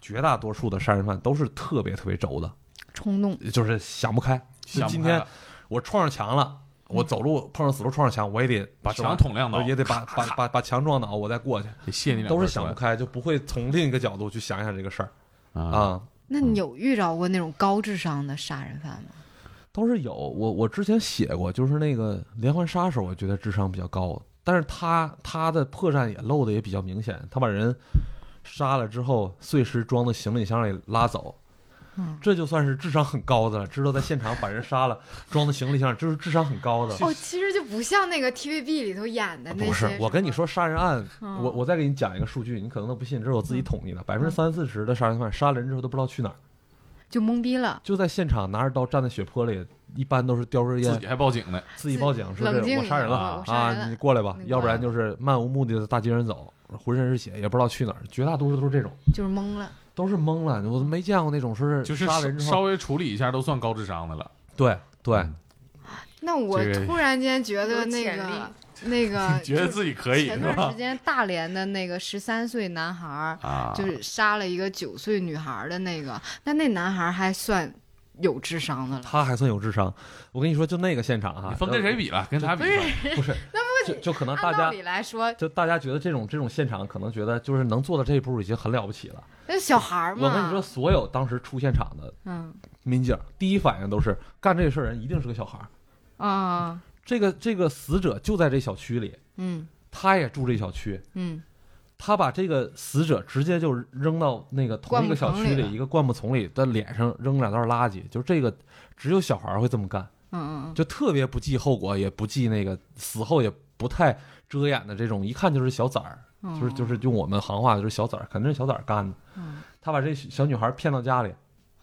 Speaker 3: 绝大多数的杀人犯都是特别特别轴的，
Speaker 4: 冲动，
Speaker 3: 就是想不开。就
Speaker 1: 想不
Speaker 3: 今
Speaker 1: 开
Speaker 3: 天
Speaker 1: 了
Speaker 3: 我撞上墙了，我走路碰上死路撞上墙，我也得
Speaker 1: 嗯把
Speaker 3: 是吧哦
Speaker 1: 墙捅两刀
Speaker 3: 我，也得把把把把墙撞倒，我再过去，
Speaker 1: 得谢你两
Speaker 3: 都
Speaker 1: 块
Speaker 3: 是想不
Speaker 1: 砖
Speaker 3: 开，就不会从另一个角度去想一想这个事儿
Speaker 1: 啊，
Speaker 3: 啊。
Speaker 4: 那你有遇着过那种高智商的杀人犯吗？
Speaker 3: 都是有。我我之前写过，就是那个连环杀手，我觉得智商比较高，但是他他的破绽也露的也比较明显，他把人杀了之后，碎尸装到行李箱里拉走。
Speaker 4: 嗯，
Speaker 3: 这就算是智商很高的了，知道在现场把人杀了，装到行李箱，这是智商很高的。
Speaker 4: 哦，其实就不像那个 TVB 里头演的那些
Speaker 3: 不是
Speaker 4: 什，么
Speaker 3: 我跟你，说，杀人案，
Speaker 4: 嗯
Speaker 3: 我我再给你讲一个数据，你可能都不信，这是我自己统计的，百分之三四十的杀人犯杀了人之后都不知道去哪儿，
Speaker 4: 就懵逼了，
Speaker 3: 就在现场拿着刀站在血泊里，一般都是叼根烟
Speaker 1: 自己还报警呢，
Speaker 3: 自己报警，是
Speaker 4: 冷
Speaker 3: 不是
Speaker 4: 静
Speaker 3: 我杀人
Speaker 4: 一下
Speaker 3: 了？
Speaker 4: 我杀人
Speaker 3: 啊，
Speaker 4: 了
Speaker 3: 你过来吧，
Speaker 4: 你过来
Speaker 3: 要不然就是漫无目的的大街上走，浑身是血，也不知道去哪儿，绝大多数都是这种，
Speaker 4: 就是懵了，
Speaker 3: 都是懵了，我都没见过那种 (laughs) 说
Speaker 1: 就是是
Speaker 3: 杀人
Speaker 1: 稍
Speaker 3: 之
Speaker 1: 稍
Speaker 3: 后，
Speaker 1: 微处理一下都算高智商的了。
Speaker 3: 对对，
Speaker 4: 那我
Speaker 1: 这个
Speaker 4: 突然间觉得
Speaker 5: 有
Speaker 4: 那
Speaker 5: 潜
Speaker 4: 个
Speaker 5: 力
Speaker 4: (laughs) 那个
Speaker 1: 觉得自己可
Speaker 4: 就
Speaker 1: 以
Speaker 4: 前
Speaker 1: 是
Speaker 4: 段
Speaker 1: 吧
Speaker 4: 时？间大连的那个十三岁男孩儿，
Speaker 1: 啊，
Speaker 4: 就是杀了一个九岁女孩儿的那个，那那男孩儿还算有智商的了。
Speaker 3: 他还算有智商。我跟你说，就那个现场哈
Speaker 1: 你，分跟谁比了？跟他比吧，
Speaker 3: 不是，就就可能大
Speaker 4: 按道
Speaker 3: 家。
Speaker 4: 理来说，
Speaker 3: 就大家觉得这种这种现场，可能觉得就是能做到这一步已经很了不起了。
Speaker 4: 那小孩儿嘛，
Speaker 3: 我跟你说，所有当时出现场的
Speaker 4: 嗯
Speaker 3: 民警，第一反应都是干这事儿人一定是个小孩儿。
Speaker 4: 啊，
Speaker 3: 这个这个死者就在这小区里，
Speaker 4: 嗯
Speaker 3: 他也住这小区，
Speaker 4: 嗯
Speaker 3: 他把这个死者直接就扔到那个同一个小区
Speaker 4: 灌木丛里了
Speaker 3: 里一个灌木丛里的脸上扔两袋垃圾，就这个只有小孩儿会这么干，
Speaker 4: 嗯嗯
Speaker 3: 就特别不计后果，也不计那个死后也不太遮掩的这种，一看就是小崽儿，
Speaker 4: 嗯，
Speaker 3: 就是就是用我们行话就是小崽儿，肯定是小崽儿干的。
Speaker 4: 嗯
Speaker 3: 他把这小女孩骗到家里，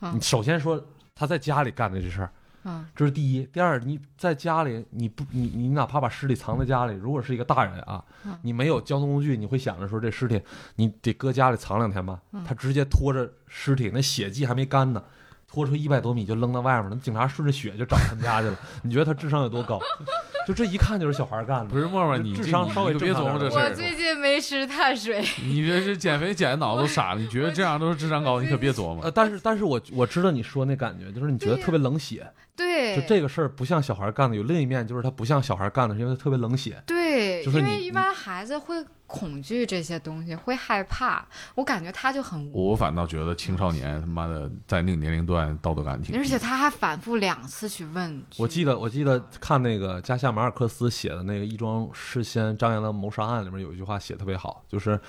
Speaker 4: 嗯
Speaker 3: 你首先说他在家里干的这事儿，
Speaker 4: 嗯
Speaker 3: 这是第一。第二，你在家里，你不，你你哪怕把尸体藏在家里，如果是一个大人啊
Speaker 4: 嗯，
Speaker 3: 你没有交通工具，你会想着说这尸体你得搁家里藏两天吧
Speaker 4: 嗯？
Speaker 3: 他直接拖着尸体，那血迹还没干呢，拖出一百多米就扔到外面了，警察顺着血就找他们家去了。 (laughs) 你觉得他智商有多高？ (laughs) 就这一看就是小孩干的。
Speaker 1: 不是沫沫，
Speaker 3: 这
Speaker 1: 你
Speaker 3: 智
Speaker 1: 这
Speaker 3: 商
Speaker 1: 你
Speaker 3: 稍微
Speaker 1: 你
Speaker 3: 正
Speaker 1: 别
Speaker 3: 常
Speaker 1: 琢磨
Speaker 3: 点
Speaker 1: 这
Speaker 3: 儿
Speaker 1: 事
Speaker 4: 我
Speaker 1: 儿，
Speaker 4: 最近没吃碳水， (laughs)
Speaker 1: 你这是减肥减的脑子都傻了。你觉得这样都是智商高，你可别琢磨
Speaker 3: 呃，。但是但是我我知道你说那感觉，就是你觉得
Speaker 4: 对呀
Speaker 3: 特别冷血，
Speaker 4: 对，
Speaker 3: 就这个事儿不像小孩干的。有另一面就是他不像小孩干的，是因为他特别冷血。
Speaker 4: 对，
Speaker 3: 就是
Speaker 4: 因
Speaker 3: 你
Speaker 4: 为一般孩子会恐惧这些东西，会害怕。我感觉他就很无，
Speaker 1: 我反倒觉得青少年他妈的在那个年龄段道德感挺低，
Speaker 4: 而且他还反复两次去问。
Speaker 3: 我记得我记得看那个加西亚马尔克斯写的那个《一桩事先张扬的谋杀案》里面有一句话写得特别好，就是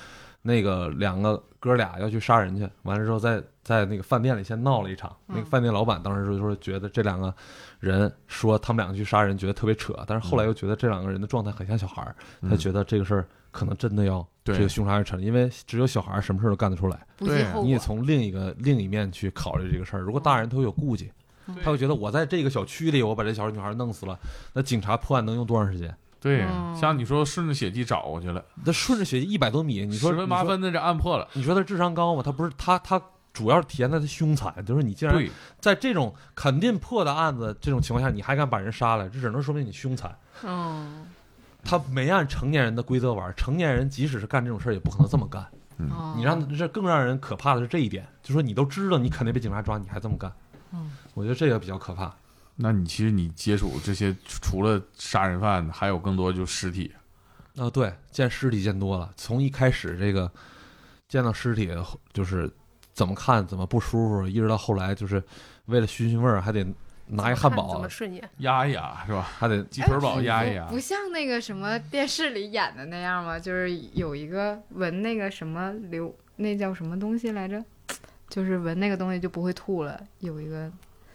Speaker 3: 那个两个哥俩要去杀人去，完了之后在在那个饭店里先闹了一场。那个
Speaker 4: 嗯
Speaker 3: 饭店老板当时就说觉得这两个人说他们两个去杀人觉得特别扯，但是后来又觉得这两个人的状态很像小孩儿，他
Speaker 1: 嗯
Speaker 3: 觉得这个事儿可能真的要
Speaker 1: 对
Speaker 3: 这个凶杀案成，因为只有小孩儿什么事儿都干得出来。
Speaker 4: 不计
Speaker 1: 对啊
Speaker 4: 后
Speaker 3: 你也
Speaker 4: 果，
Speaker 3: 从另一个另一面去考虑这个事儿。如果大人他会有顾忌，
Speaker 4: 嗯
Speaker 3: 他会觉得我在这个小区里，我把这小女孩弄死了，那警察破案能用多长时间？
Speaker 1: 对，
Speaker 4: 嗯
Speaker 1: 像你说顺着血迹找过去了，
Speaker 3: 那顺着血一百多米，你说
Speaker 1: 十分八，分的这按破了。
Speaker 3: 你说你说他智商高吗？他不是他他。主要是体现在他凶残，就是你竟然
Speaker 1: 对，
Speaker 3: 在这种肯定破的案子这种情况下，你还敢把人杀了，这只能说明你凶残。
Speaker 4: 嗯，
Speaker 3: 他没按成年人的规则玩，成年人即使是干这种事儿，也不可能这么干。
Speaker 1: 嗯
Speaker 4: 哦
Speaker 3: 你让这更让人可怕的是这一点，就说你都知道你肯定被警察抓，你还这么干，
Speaker 4: 嗯，
Speaker 3: 我觉得这个比较可怕。
Speaker 1: 那你其实你接触这些，除了杀人犯，还有更多就是尸体。
Speaker 3: 啊，对，见尸体见多了，从一开始这个见到尸体就是怎么看怎么不舒服，一直到后来就是为了熏熏味儿，还得拿一汉
Speaker 5: 看怎
Speaker 3: 堡
Speaker 5: 么，顺眼？
Speaker 1: 压一压是吧？
Speaker 3: 还得
Speaker 1: 鸡腿堡
Speaker 4: 哎
Speaker 1: 压
Speaker 4: 不
Speaker 1: 一压
Speaker 4: 不，像那个什么电视里演的那样吗？就是有一个闻那个什么流，那叫什么东西来着？就是闻那个东西就不会吐了，有
Speaker 1: (laughs)
Speaker 4: 一个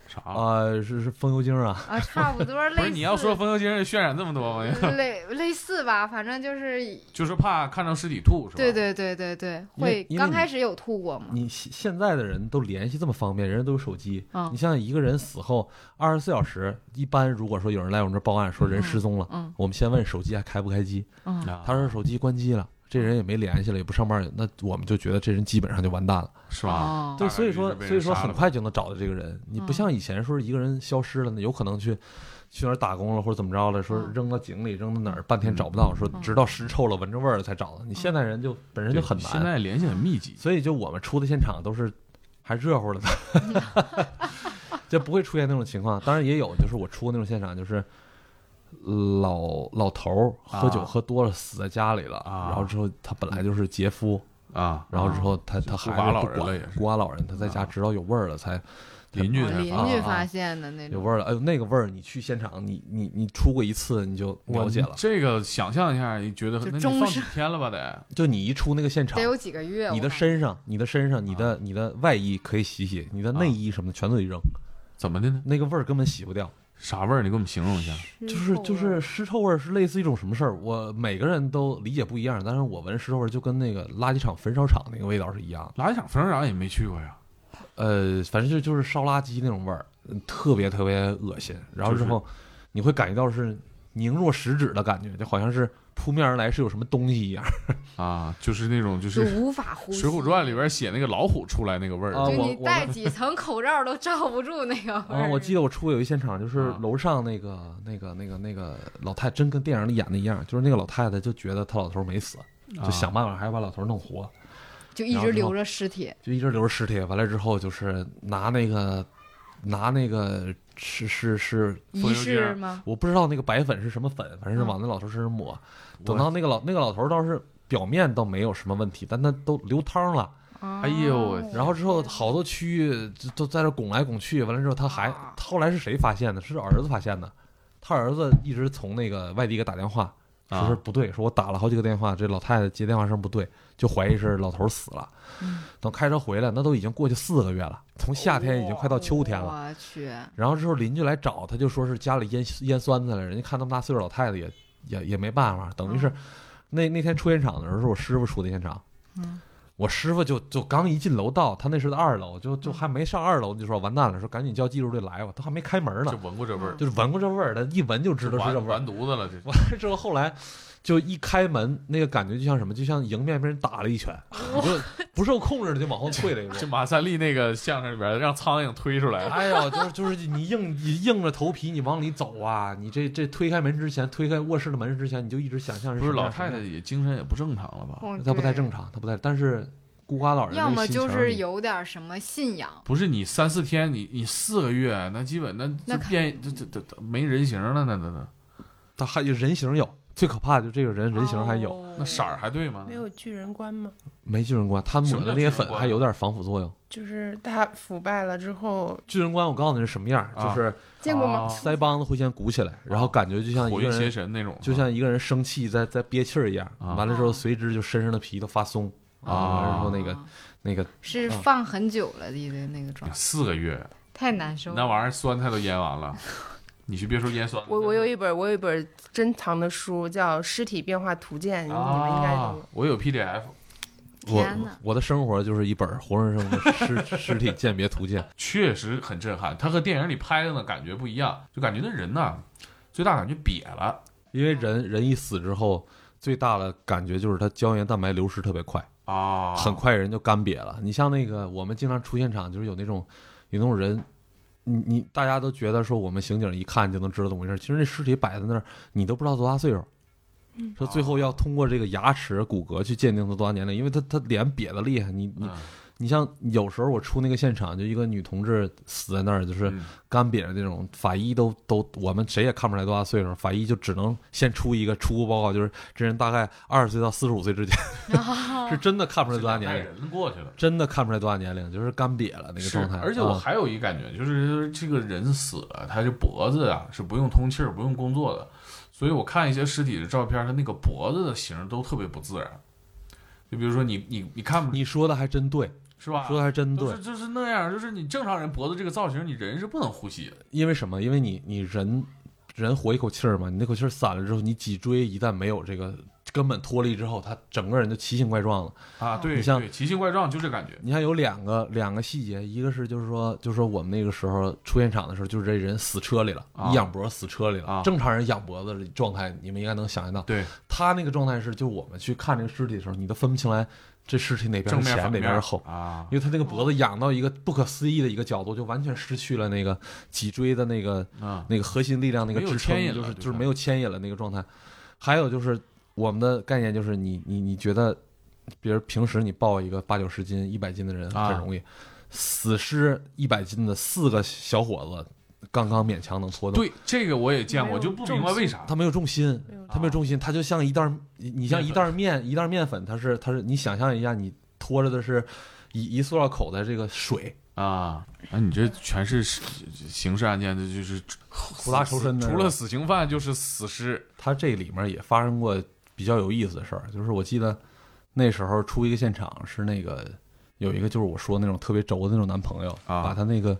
Speaker 1: 啥？
Speaker 3: 啊、是是风油精啊，
Speaker 4: 啊，差不多类
Speaker 1: 不
Speaker 4: 似。
Speaker 1: 是你要说风油精渲染这么多吗？ (laughs)
Speaker 3: (laughs)
Speaker 4: 类类似吧，反正就是
Speaker 1: 就是怕看到尸体吐是吧？
Speaker 4: 对对对对对，
Speaker 3: 因为
Speaker 4: 会
Speaker 3: 因为
Speaker 4: 刚
Speaker 3: 你
Speaker 4: 开始有吐过吗？
Speaker 3: 你现现在的人都联系这么方便，人人都有手机。
Speaker 4: 嗯
Speaker 3: 你像一个人死后二十四小时，一般如果说有人来我们这儿报案说人失踪了，
Speaker 4: 嗯
Speaker 3: 我们先问手机还开不开机，
Speaker 4: 嗯
Speaker 1: 啊，
Speaker 3: 他说手机关机了，这人也没联系了，也不上班，那我们就觉得这人基本上就完蛋了。
Speaker 1: 是吧？
Speaker 4: 哦
Speaker 3: 对，
Speaker 1: 大概
Speaker 3: 所以
Speaker 1: 率
Speaker 3: 说
Speaker 1: 是被
Speaker 3: 所以
Speaker 1: 人
Speaker 3: 说
Speaker 1: 杀
Speaker 3: 很
Speaker 1: 了吧
Speaker 3: 快就能找到这个人。你不
Speaker 4: 嗯
Speaker 3: 像以前说是一个人消失了，那有可能去去哪儿打工了或者怎么着了，说
Speaker 4: 嗯
Speaker 3: 扔到井里扔到哪儿，半天找不到，说
Speaker 4: 嗯
Speaker 3: 直到尸臭了闻着味儿了才找到。你现代人就本身
Speaker 1: 嗯
Speaker 3: 就
Speaker 1: 对
Speaker 3: 很
Speaker 1: 现
Speaker 3: 难，
Speaker 1: 在联系很密集，
Speaker 3: 所以就我们出的现场都是还热乎了的，
Speaker 4: (laughs)
Speaker 3: 就不会出现那种情况。当然也有，就是我出过那种现场，就是。老老头儿喝酒
Speaker 1: 啊
Speaker 3: 喝多了，死在家里了，
Speaker 1: 啊
Speaker 3: 然后之后他本来就是杰夫，
Speaker 1: 啊，
Speaker 3: 然后之后他他
Speaker 1: 孤
Speaker 3: 孩
Speaker 1: 寡
Speaker 3: 子
Speaker 1: 老
Speaker 3: 不
Speaker 1: 人了也
Speaker 3: 管
Speaker 1: 是
Speaker 3: 孤寡老人，他在家
Speaker 1: 啊
Speaker 3: 直到有味儿了才
Speaker 1: 邻居
Speaker 4: 哦
Speaker 1: 才
Speaker 4: 邻
Speaker 1: 发
Speaker 4: 居
Speaker 3: 啊
Speaker 4: 发现的那
Speaker 3: 有
Speaker 4: 种，
Speaker 3: 味儿了。哎呦，那个味儿，你去现场，你你你出过一次你就
Speaker 1: 我
Speaker 3: 了解了。
Speaker 1: 这个想象一下，你觉得
Speaker 4: 就
Speaker 1: 那你
Speaker 4: 终
Speaker 1: 放几
Speaker 4: 身
Speaker 1: 天了吧得？
Speaker 3: 就你一出那个现场
Speaker 4: 得，有几个月。
Speaker 3: 啊你
Speaker 4: 我
Speaker 3: 的
Speaker 4: 感
Speaker 3: 身上、你的身上、你的你的外衣可以洗洗，你的内衣什么的全都得扔，
Speaker 1: 怎么的呢？
Speaker 3: 那个味儿根本洗不掉。
Speaker 1: 啥味儿？你给我们形容一下。
Speaker 4: 觉
Speaker 3: 就是就是尸嗯臭味儿是类似一种什么事儿？我每个人都理解不一样，但是我闻尸臭味儿就跟那个垃圾场焚烧厂那个味道是一样的。
Speaker 1: 垃圾场、焚烧厂也没去过呀。
Speaker 3: 呃，反正就就是烧垃圾那种味儿，嗯特别特别恶心。然后之后，你会感觉到是凝若食指的感觉，就好像是扑面而来是有什么东西一样。
Speaker 1: 啊，就是那种就
Speaker 4: 就是
Speaker 1: 《
Speaker 4: 无法呼吸。
Speaker 1: 水浒传》里边写那个老虎出来那个味儿
Speaker 3: 啊
Speaker 4: 就
Speaker 3: 我
Speaker 4: 你戴几层口罩都罩不住那个味
Speaker 3: 啊，
Speaker 4: 儿。
Speaker 3: 我记得我出过有一现场，就是
Speaker 1: 啊
Speaker 3: 楼上那个、那个那个那个老太，真跟电影里演的一样，就是那个老太太就觉得她老头没死，
Speaker 1: 啊
Speaker 3: 就想办法还要把老头弄活，
Speaker 4: 就一
Speaker 3: 然后
Speaker 4: 直
Speaker 3: 之后
Speaker 4: 留着尸体，
Speaker 3: 就一直留着尸体。完了之后就是拿那个拿那个是是是，
Speaker 1: 风
Speaker 4: 仪
Speaker 1: 油精
Speaker 4: 式
Speaker 1: 儿
Speaker 4: 吗？
Speaker 3: 我不知道那个白粉是什么粉，反正是往那老头身上抹。等到那个老那个老头倒是表面倒没有什么问题，但他都流汤了。
Speaker 1: 哎呦我
Speaker 4: 哦
Speaker 3: 然后之后好多区域就都在这拱来拱去，完了之后他还
Speaker 4: 啊
Speaker 3: 后来是谁发现的？是儿子发现的。他儿子一直从那个外地给打电话，说是
Speaker 1: 啊，
Speaker 3: 不对，说我打了好几个电话，这老太太接电话声不对，就怀疑是老头死了。
Speaker 4: 嗯
Speaker 3: 等开车回来，那都已经过去四个月了，从夏天已经快到秋天了。
Speaker 4: 我去，
Speaker 3: 然后之后邻居来找，他就说是家里腌腌酸菜了，人家看那么大岁数老太太也也也没办法，等于
Speaker 1: 嗯
Speaker 3: 是那那天出现场的时候是我师傅出的现场，
Speaker 4: 嗯
Speaker 3: 我师傅就就刚一进楼道，他那是在二楼，就就还没上二楼就说完蛋了，说赶紧叫技术队来吧，都还没开门
Speaker 1: 就
Speaker 3: 呢，
Speaker 1: 闻过这味儿，
Speaker 3: 就闻过这味儿，他一闻就知道是这
Speaker 1: 完
Speaker 3: 味儿
Speaker 1: 完。犊子了，这
Speaker 3: 完了之后，后来就一开门，那个感觉就像什么，就像迎面被人打了一拳，你就不受控制的就往后退了一步。
Speaker 1: 就马三立那个相声里边让苍蝇推出 (laughs) 来，
Speaker 3: 哎呦，就是就是你硬你硬着头皮你往里走啊！你这这推开门之前，推开卧室的门之前，你就一直想象
Speaker 1: 不
Speaker 3: 什
Speaker 1: 是
Speaker 3: 么样
Speaker 1: 老太太，也精神也不正常了吧？
Speaker 4: 嗯
Speaker 3: 她不太
Speaker 4: 对
Speaker 3: 正常，她不太。但是孤寡老人
Speaker 4: 要
Speaker 3: 这个
Speaker 4: 么
Speaker 3: 心
Speaker 4: 就
Speaker 3: 情
Speaker 4: 是
Speaker 3: 你
Speaker 4: 有点儿什么信仰，
Speaker 1: 不是你三四天，你你四个月，那基本那
Speaker 4: 那
Speaker 1: 这
Speaker 4: 肯
Speaker 1: 变这这这这没人形了，那那那
Speaker 3: 他还有人形有，最可怕的就这个人人形还有，
Speaker 4: 哦
Speaker 1: 那色
Speaker 3: 啊
Speaker 1: 儿还对吗
Speaker 5: 没？有巨人观吗？
Speaker 3: 没巨人观，他抹
Speaker 1: 什么
Speaker 3: 的
Speaker 1: 叫
Speaker 3: 那
Speaker 1: 巨
Speaker 3: 些
Speaker 1: 人
Speaker 3: 粉
Speaker 1: 观
Speaker 3: 还有点防腐作用。
Speaker 5: 就是他腐败了之后，
Speaker 3: 巨人观我告诉你是什么样，就
Speaker 1: 啊
Speaker 3: 是
Speaker 5: 见过吗？
Speaker 1: 啊
Speaker 3: 腮帮子会先鼓起来，然后感觉就像一
Speaker 1: 火
Speaker 3: 个
Speaker 1: 云邪
Speaker 3: 人，
Speaker 1: 神那种，
Speaker 3: 就像一个人生气在在憋气儿一样，
Speaker 1: 啊
Speaker 3: 完了之后随之就身上的皮都发松
Speaker 1: 啊
Speaker 3: 然后那
Speaker 4: 哦
Speaker 3: 个那个
Speaker 4: 是
Speaker 1: 嗯
Speaker 3: 啊
Speaker 4: 放很久了的的那个状态，
Speaker 1: 四个月，
Speaker 4: 太难受了。
Speaker 1: 那玩意儿酸菜都腌完
Speaker 5: (laughs)
Speaker 1: 了，你就别说腌酸了。
Speaker 5: 我我有一本我有一本珍藏的书叫《尸体变化图鉴》，你们应该
Speaker 1: 啊
Speaker 5: 都有。，
Speaker 1: 我有 PDF，
Speaker 3: 我
Speaker 4: 天哪，
Speaker 3: 我的生活就是一本活生生的尸
Speaker 4: (laughs)
Speaker 3: 尸体鉴别图鉴，
Speaker 1: 确实很震撼。它和电影里拍的呢感觉不一样，就感觉那人呐，最大感觉瘪了
Speaker 3: 因为人人一死之后。最大的感觉就是他胶原蛋白流失特别快，
Speaker 1: 啊，
Speaker 3: 很快人就干瘪了。你像那个我们经常出现场，就是有那种有那种人，你你大家都觉得说我们刑警一看就能知道怎么回事，其实那尸体摆在那儿，你都不知道多大岁数。
Speaker 4: 嗯
Speaker 3: 说最后要通过这个牙齿、骨骼去鉴定他多大年龄，因为他他脸瘪的厉害。你你
Speaker 1: 嗯
Speaker 3: 你像有时候我出那个现场，就一个女同志死在那儿，就是
Speaker 1: 嗯
Speaker 3: 干瘪的那种，法医都都我们谁也看不出来多大岁数，法医就只能先出一个初步报告，就是这人大概二十岁到四十五岁之间，是真的看不出来多大年龄。
Speaker 1: 人过去了。
Speaker 3: 真的看不出来多大年龄，就是干瘪了那个
Speaker 1: 是
Speaker 3: 状态。
Speaker 1: 而且我
Speaker 3: 啊
Speaker 1: 还有一感觉，就是这个人死了，他这脖子啊是不用通气儿、不用工作的，所以我看一些尸体的照片，他那个脖子的形儿都特别不自然。就比如说你你你看不
Speaker 3: 你说的还真对，
Speaker 1: 是吧？
Speaker 3: 说的还真
Speaker 1: 就
Speaker 3: 对
Speaker 1: 啊是，就是那样，就是你正常人脖子这个造型，你人是不能呼吸的。
Speaker 3: 因为什么？因为你你人人活一口气儿嘛，你那口气儿散了之后，你脊椎一旦没有这个根本脱离之后，他整个人就奇形怪状了。
Speaker 1: 啊，对，
Speaker 3: 你像
Speaker 1: 对奇形怪状，就这感觉。
Speaker 3: 你看有两个两个细节，一个是就是说就是说我们那个时候出现场的时候，就是这人死车里了，
Speaker 1: 啊
Speaker 3: 一仰脖死车里了。
Speaker 1: 啊
Speaker 3: 正常人仰脖子的状态，你们应该能想象到。
Speaker 1: 对，
Speaker 3: 他那个状态是，就我们去看这个尸体的时候，你都分不清来这尸体哪边
Speaker 1: 正
Speaker 3: 是
Speaker 1: 面
Speaker 3: 前
Speaker 1: 反
Speaker 3: 哪
Speaker 1: 面
Speaker 3: 边是后。
Speaker 1: 啊
Speaker 3: 因为他那个脖子仰到一个不可思议的一个角度，就完全失去了那个脊椎的那个
Speaker 1: 啊，
Speaker 3: 那个核心力量那个
Speaker 1: 没有
Speaker 3: 支
Speaker 1: 牵
Speaker 3: 撑，
Speaker 1: 引了
Speaker 3: 就是
Speaker 1: 对
Speaker 3: 就是
Speaker 1: 吧
Speaker 3: 没有牵引了那个状态。还有就是我们的概念就是你你你觉得，比如平时你抱一个八九十斤、一百斤的人
Speaker 1: 啊
Speaker 3: 很容易，死尸一百斤的四个小伙子刚刚勉强能拖动，
Speaker 1: 对，这个我也见
Speaker 5: 没
Speaker 1: 过，
Speaker 5: 有
Speaker 1: 就不
Speaker 5: 重
Speaker 1: 明白为
Speaker 5: 心
Speaker 1: 啥。
Speaker 3: 他没有重心，
Speaker 5: 没有
Speaker 3: 它没有重心，它就像一袋儿，你你像
Speaker 1: 啊面
Speaker 3: 一袋儿面，一袋儿面粉，它是它是，你想象一下，你拖着的是一一塑料口袋这个水，
Speaker 1: 啊，啊，你这全是是刑事案件，这就是苦
Speaker 3: 大仇深的
Speaker 1: 除了死刑犯就是死尸
Speaker 3: 它这里面也发生过比较有意思的事儿，就是我记得那时候出一个现场是那个有一个就是我说那种特别轴的那种男朋友，
Speaker 1: 啊
Speaker 3: 把他那个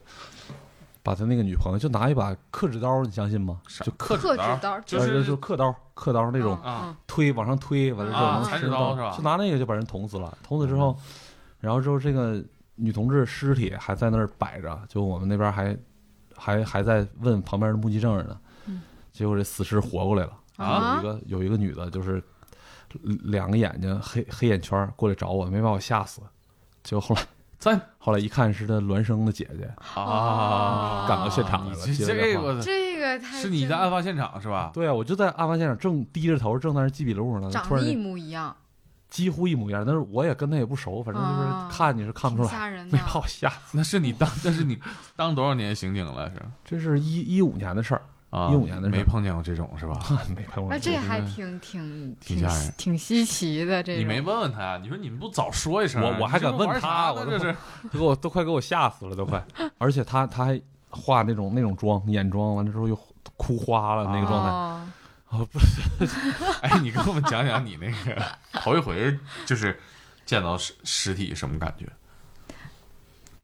Speaker 3: 把他那个女朋友就拿一把刻指刀，你相信吗？
Speaker 1: 啥
Speaker 3: 就
Speaker 1: 刻指
Speaker 4: 克制
Speaker 1: 刀，
Speaker 4: 刀
Speaker 1: 就
Speaker 3: 呃
Speaker 1: 是
Speaker 3: 就刻刀刻刀那种，
Speaker 1: 啊，
Speaker 4: 嗯
Speaker 3: 推往上推，完了之后
Speaker 1: 啊
Speaker 3: 能
Speaker 1: 裁
Speaker 3: 吃
Speaker 1: 纸
Speaker 3: 到
Speaker 1: 刀是吧嗯
Speaker 3: 就拿那个就把人捅死了。捅死之后，然后之后这个女同志尸体还在那儿摆着，就我们那边还还还在问旁边的目击证人呢。
Speaker 4: 嗯
Speaker 3: 结果这死尸活过来了，
Speaker 4: 嗯
Speaker 1: 啊
Speaker 3: 有一个有一个女的，就是呃两个眼睛黑黑眼圈儿过来找我，没把我吓死。结果后
Speaker 4: (laughs)
Speaker 3: 来
Speaker 1: 赞
Speaker 3: 后来一看是她孪生的姐姐，
Speaker 1: 啊，
Speaker 3: 赶到现场来了
Speaker 1: 你
Speaker 3: 接
Speaker 1: 这
Speaker 3: 了
Speaker 1: 这
Speaker 3: 电话
Speaker 1: 个
Speaker 4: 这个太
Speaker 1: 是你
Speaker 4: 真
Speaker 1: 在案发现场是吧？
Speaker 3: 对啊，我就在案发现场正低着头正在那儿记笔录呢，
Speaker 4: 长
Speaker 3: 突
Speaker 4: 得
Speaker 3: 然
Speaker 4: 一
Speaker 3: 间
Speaker 4: 模一样，
Speaker 3: 几乎一模一样，但是我也跟她也不熟，反正
Speaker 4: 啊
Speaker 3: 就是看你是看不出
Speaker 4: 挺
Speaker 3: 来，
Speaker 4: 吓人
Speaker 3: 没
Speaker 4: 的。啊
Speaker 3: 把我吓死。
Speaker 1: 那是你当， (laughs) 那是你当多少年刑警了是
Speaker 3: 这是一一五年的事儿， (laughs)
Speaker 1: 啊？
Speaker 3: 15年的事
Speaker 1: 没碰见过这种是吧？
Speaker 3: 没拍过。
Speaker 4: 那这还
Speaker 1: 觉得
Speaker 4: 挺挺
Speaker 1: 挺
Speaker 4: 挺
Speaker 1: 吓人
Speaker 4: 挺稀奇的，这
Speaker 1: 你没
Speaker 4: 种
Speaker 1: 问问他，你说你们不早说一声？
Speaker 3: 我我还敢问他
Speaker 1: 你
Speaker 3: 我
Speaker 1: 这玩啥呢这是
Speaker 3: 给我都快给我吓死了，都
Speaker 4: (laughs)
Speaker 3: 快。而且他他还化那种那种妆，眼妆完了之后又哭花了那个状态。
Speaker 4: 哦
Speaker 3: 啊，不是，
Speaker 1: (laughs) 哎，你跟我们讲讲你那个头一回就是见到尸尸体什么感觉？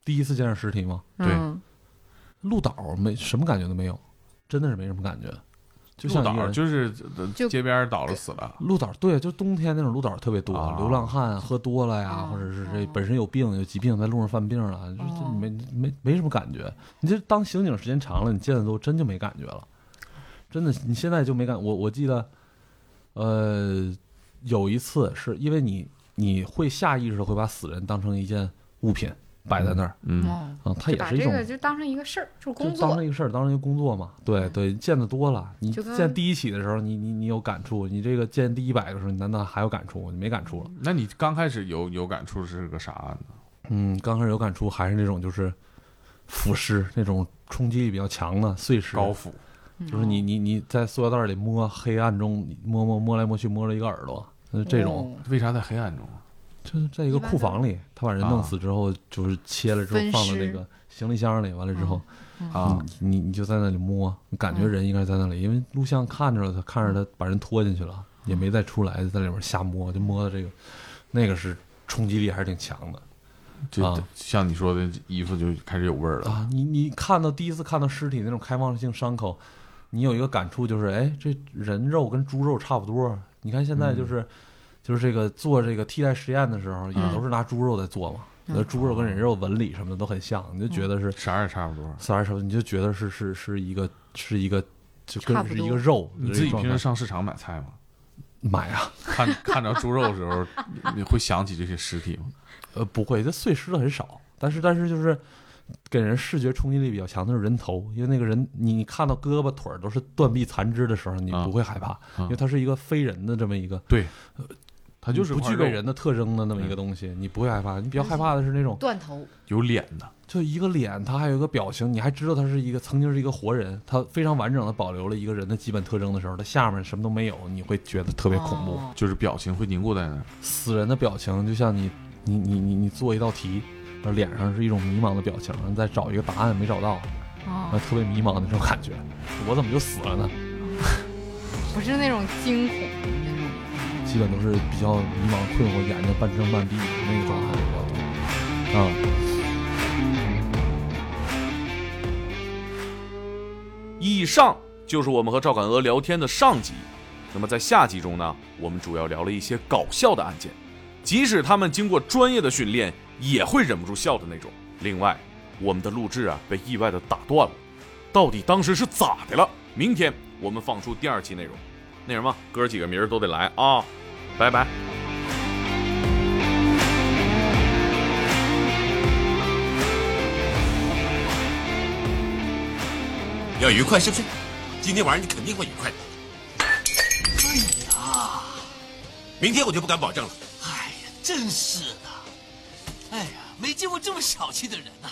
Speaker 3: 第一次见着尸体吗？
Speaker 1: 对
Speaker 4: 嗯
Speaker 3: 鹿岛没什么感觉都没有，真的是没什么感觉，就像
Speaker 1: 鹿
Speaker 3: 一个
Speaker 1: 岛
Speaker 3: 人。
Speaker 1: 就是
Speaker 4: 就
Speaker 1: 街边倒了死了
Speaker 3: 鹿岛对，就冬天那种鹿岛特别多，
Speaker 1: 啊
Speaker 3: 流浪汉啊喝多了呀，
Speaker 4: 啊
Speaker 3: 或者是
Speaker 4: 啊
Speaker 3: 这本身有病有疾病，在路上犯病了，就就
Speaker 4: 哦
Speaker 3: 没没没什么感觉。你这当刑警时间长了，你见的都真就没感觉了，真的，你现在就没感。我我记得，呃，有一次是因为你你会下意识的会把死人当成一件物品摆在那儿
Speaker 2: 嗯，
Speaker 4: 哦，
Speaker 3: 啊，它
Speaker 4: 就
Speaker 3: 也
Speaker 4: 把
Speaker 3: 是一
Speaker 4: 这
Speaker 3: 种
Speaker 4: 个就当成一个事儿，就是
Speaker 3: 就
Speaker 4: 工
Speaker 3: 当
Speaker 4: 作
Speaker 3: 成，一个事儿，当成一个工作嘛。对
Speaker 4: 嗯
Speaker 3: 对，见得多了，你
Speaker 4: 就跟
Speaker 3: 见第一起的时候，你你你有感触，你这个见第一百个时候，你难道还有感触？你没感触了。
Speaker 1: 那你刚开始有有感触是个啥呢？
Speaker 3: 嗯，刚开始有感触还是那种就是腐尸那种冲击力比较强的碎尸，
Speaker 1: 高腐，
Speaker 4: 嗯
Speaker 3: 就是你你你在塑料袋里摸，黑暗中你摸摸摸来摸去摸了一个耳朵，就是这种，
Speaker 4: 哦
Speaker 1: 为啥在黑暗中啊？
Speaker 3: 就是在一个
Speaker 4: 一般
Speaker 3: 库
Speaker 4: 都
Speaker 3: 房里，他把人弄死之后，就是切了之后
Speaker 4: 分
Speaker 3: 放到那
Speaker 4: 尸
Speaker 3: 个行李箱里，完了之后。
Speaker 4: 嗯
Speaker 1: 啊，
Speaker 3: 你你你就在那里摸，你感觉
Speaker 4: 嗯
Speaker 3: 人应该在那里，因为录像看着了，他看着他把人拖进去了，也没再出来，就在里面瞎摸，就摸到这个，那个是冲击力还是挺强的
Speaker 1: 就
Speaker 3: 啊
Speaker 1: 像你说的，衣服就开始有味儿了。
Speaker 3: 啊！你你看到第一次看到尸体那种开放性伤口，你有一个感触就是，哎，这人肉跟猪肉差不多。你看现在就是、就是这个做这个替代实验的时候，也
Speaker 4: 嗯
Speaker 3: 都是拿猪肉在做嘛，
Speaker 4: 嗯
Speaker 3: 那、猪肉跟人肉纹理什么的都很像，你就觉得是
Speaker 1: 啥也差不多。
Speaker 3: 三十什么，你就觉得是是是一个是一个就
Speaker 4: 差
Speaker 3: 跟
Speaker 4: 不
Speaker 3: 是一
Speaker 4: 多
Speaker 3: 个肉的
Speaker 1: 你
Speaker 3: 这
Speaker 1: 自
Speaker 3: 个
Speaker 1: 己平
Speaker 3: 状
Speaker 1: 时
Speaker 3: 态，
Speaker 1: 上市场买菜吗？
Speaker 3: 买啊，
Speaker 1: 看 (laughs) 看着猪肉的时候，你会想起这些尸体吗？
Speaker 3: 呃，不会，这碎尸的很少，但是但是就是给人视觉冲击力比较强的是人头，因为那个人你你看到胳膊腿儿都是断臂残肢的时候，你
Speaker 1: 啊
Speaker 3: 不会害怕，因为
Speaker 1: 啊
Speaker 3: 它是一个非人的这么一个，
Speaker 1: 它就是
Speaker 3: 不
Speaker 1: 块
Speaker 3: 具备
Speaker 1: 肉嗯
Speaker 3: 人的特征的那么一个东西，你不会害怕，你比较害怕的是那种
Speaker 4: 断头，
Speaker 1: 有脸的，
Speaker 3: 就一个脸，它还有一个表情，你还知道它是一个曾经是一个活人，它非常完整的保留了一个人的基本特征的时候，它下面什么都没有，你会觉得特别恐怖。
Speaker 4: 哦
Speaker 1: 就是表情会凝固在那儿。
Speaker 3: 死人的表情，就像你你你你你做一道题，然后脸上是一种迷茫的表情，然后再找一个答案没找到，然后
Speaker 4: 哦，
Speaker 3: 特别迷茫的那种感觉。我怎么就死了呢？
Speaker 4: 不是那种惊恐的那种。
Speaker 3: 基本都是比较迷茫、困惑，眼睛半睁半闭那个状态比较多。啊、
Speaker 2: 以上就是我们和赵敢鹅聊天的上集。那么在下集中呢，我们主要聊了一些搞笑的案件，即使他们经过专业的训练，也会忍不住笑的那种。另外，我们的录制啊被意外的打断了，到底当时是咋的了？明天我们放出第二期内容。那什么，哥儿几个明儿都得来啊，拜拜。
Speaker 6: 要愉快是不是？今天晚上你肯定会愉快的。
Speaker 7: 哎呀，
Speaker 6: 明天我就不敢保证了。
Speaker 7: 哎呀，真是的！哎呀，没见过这么小气的人呐、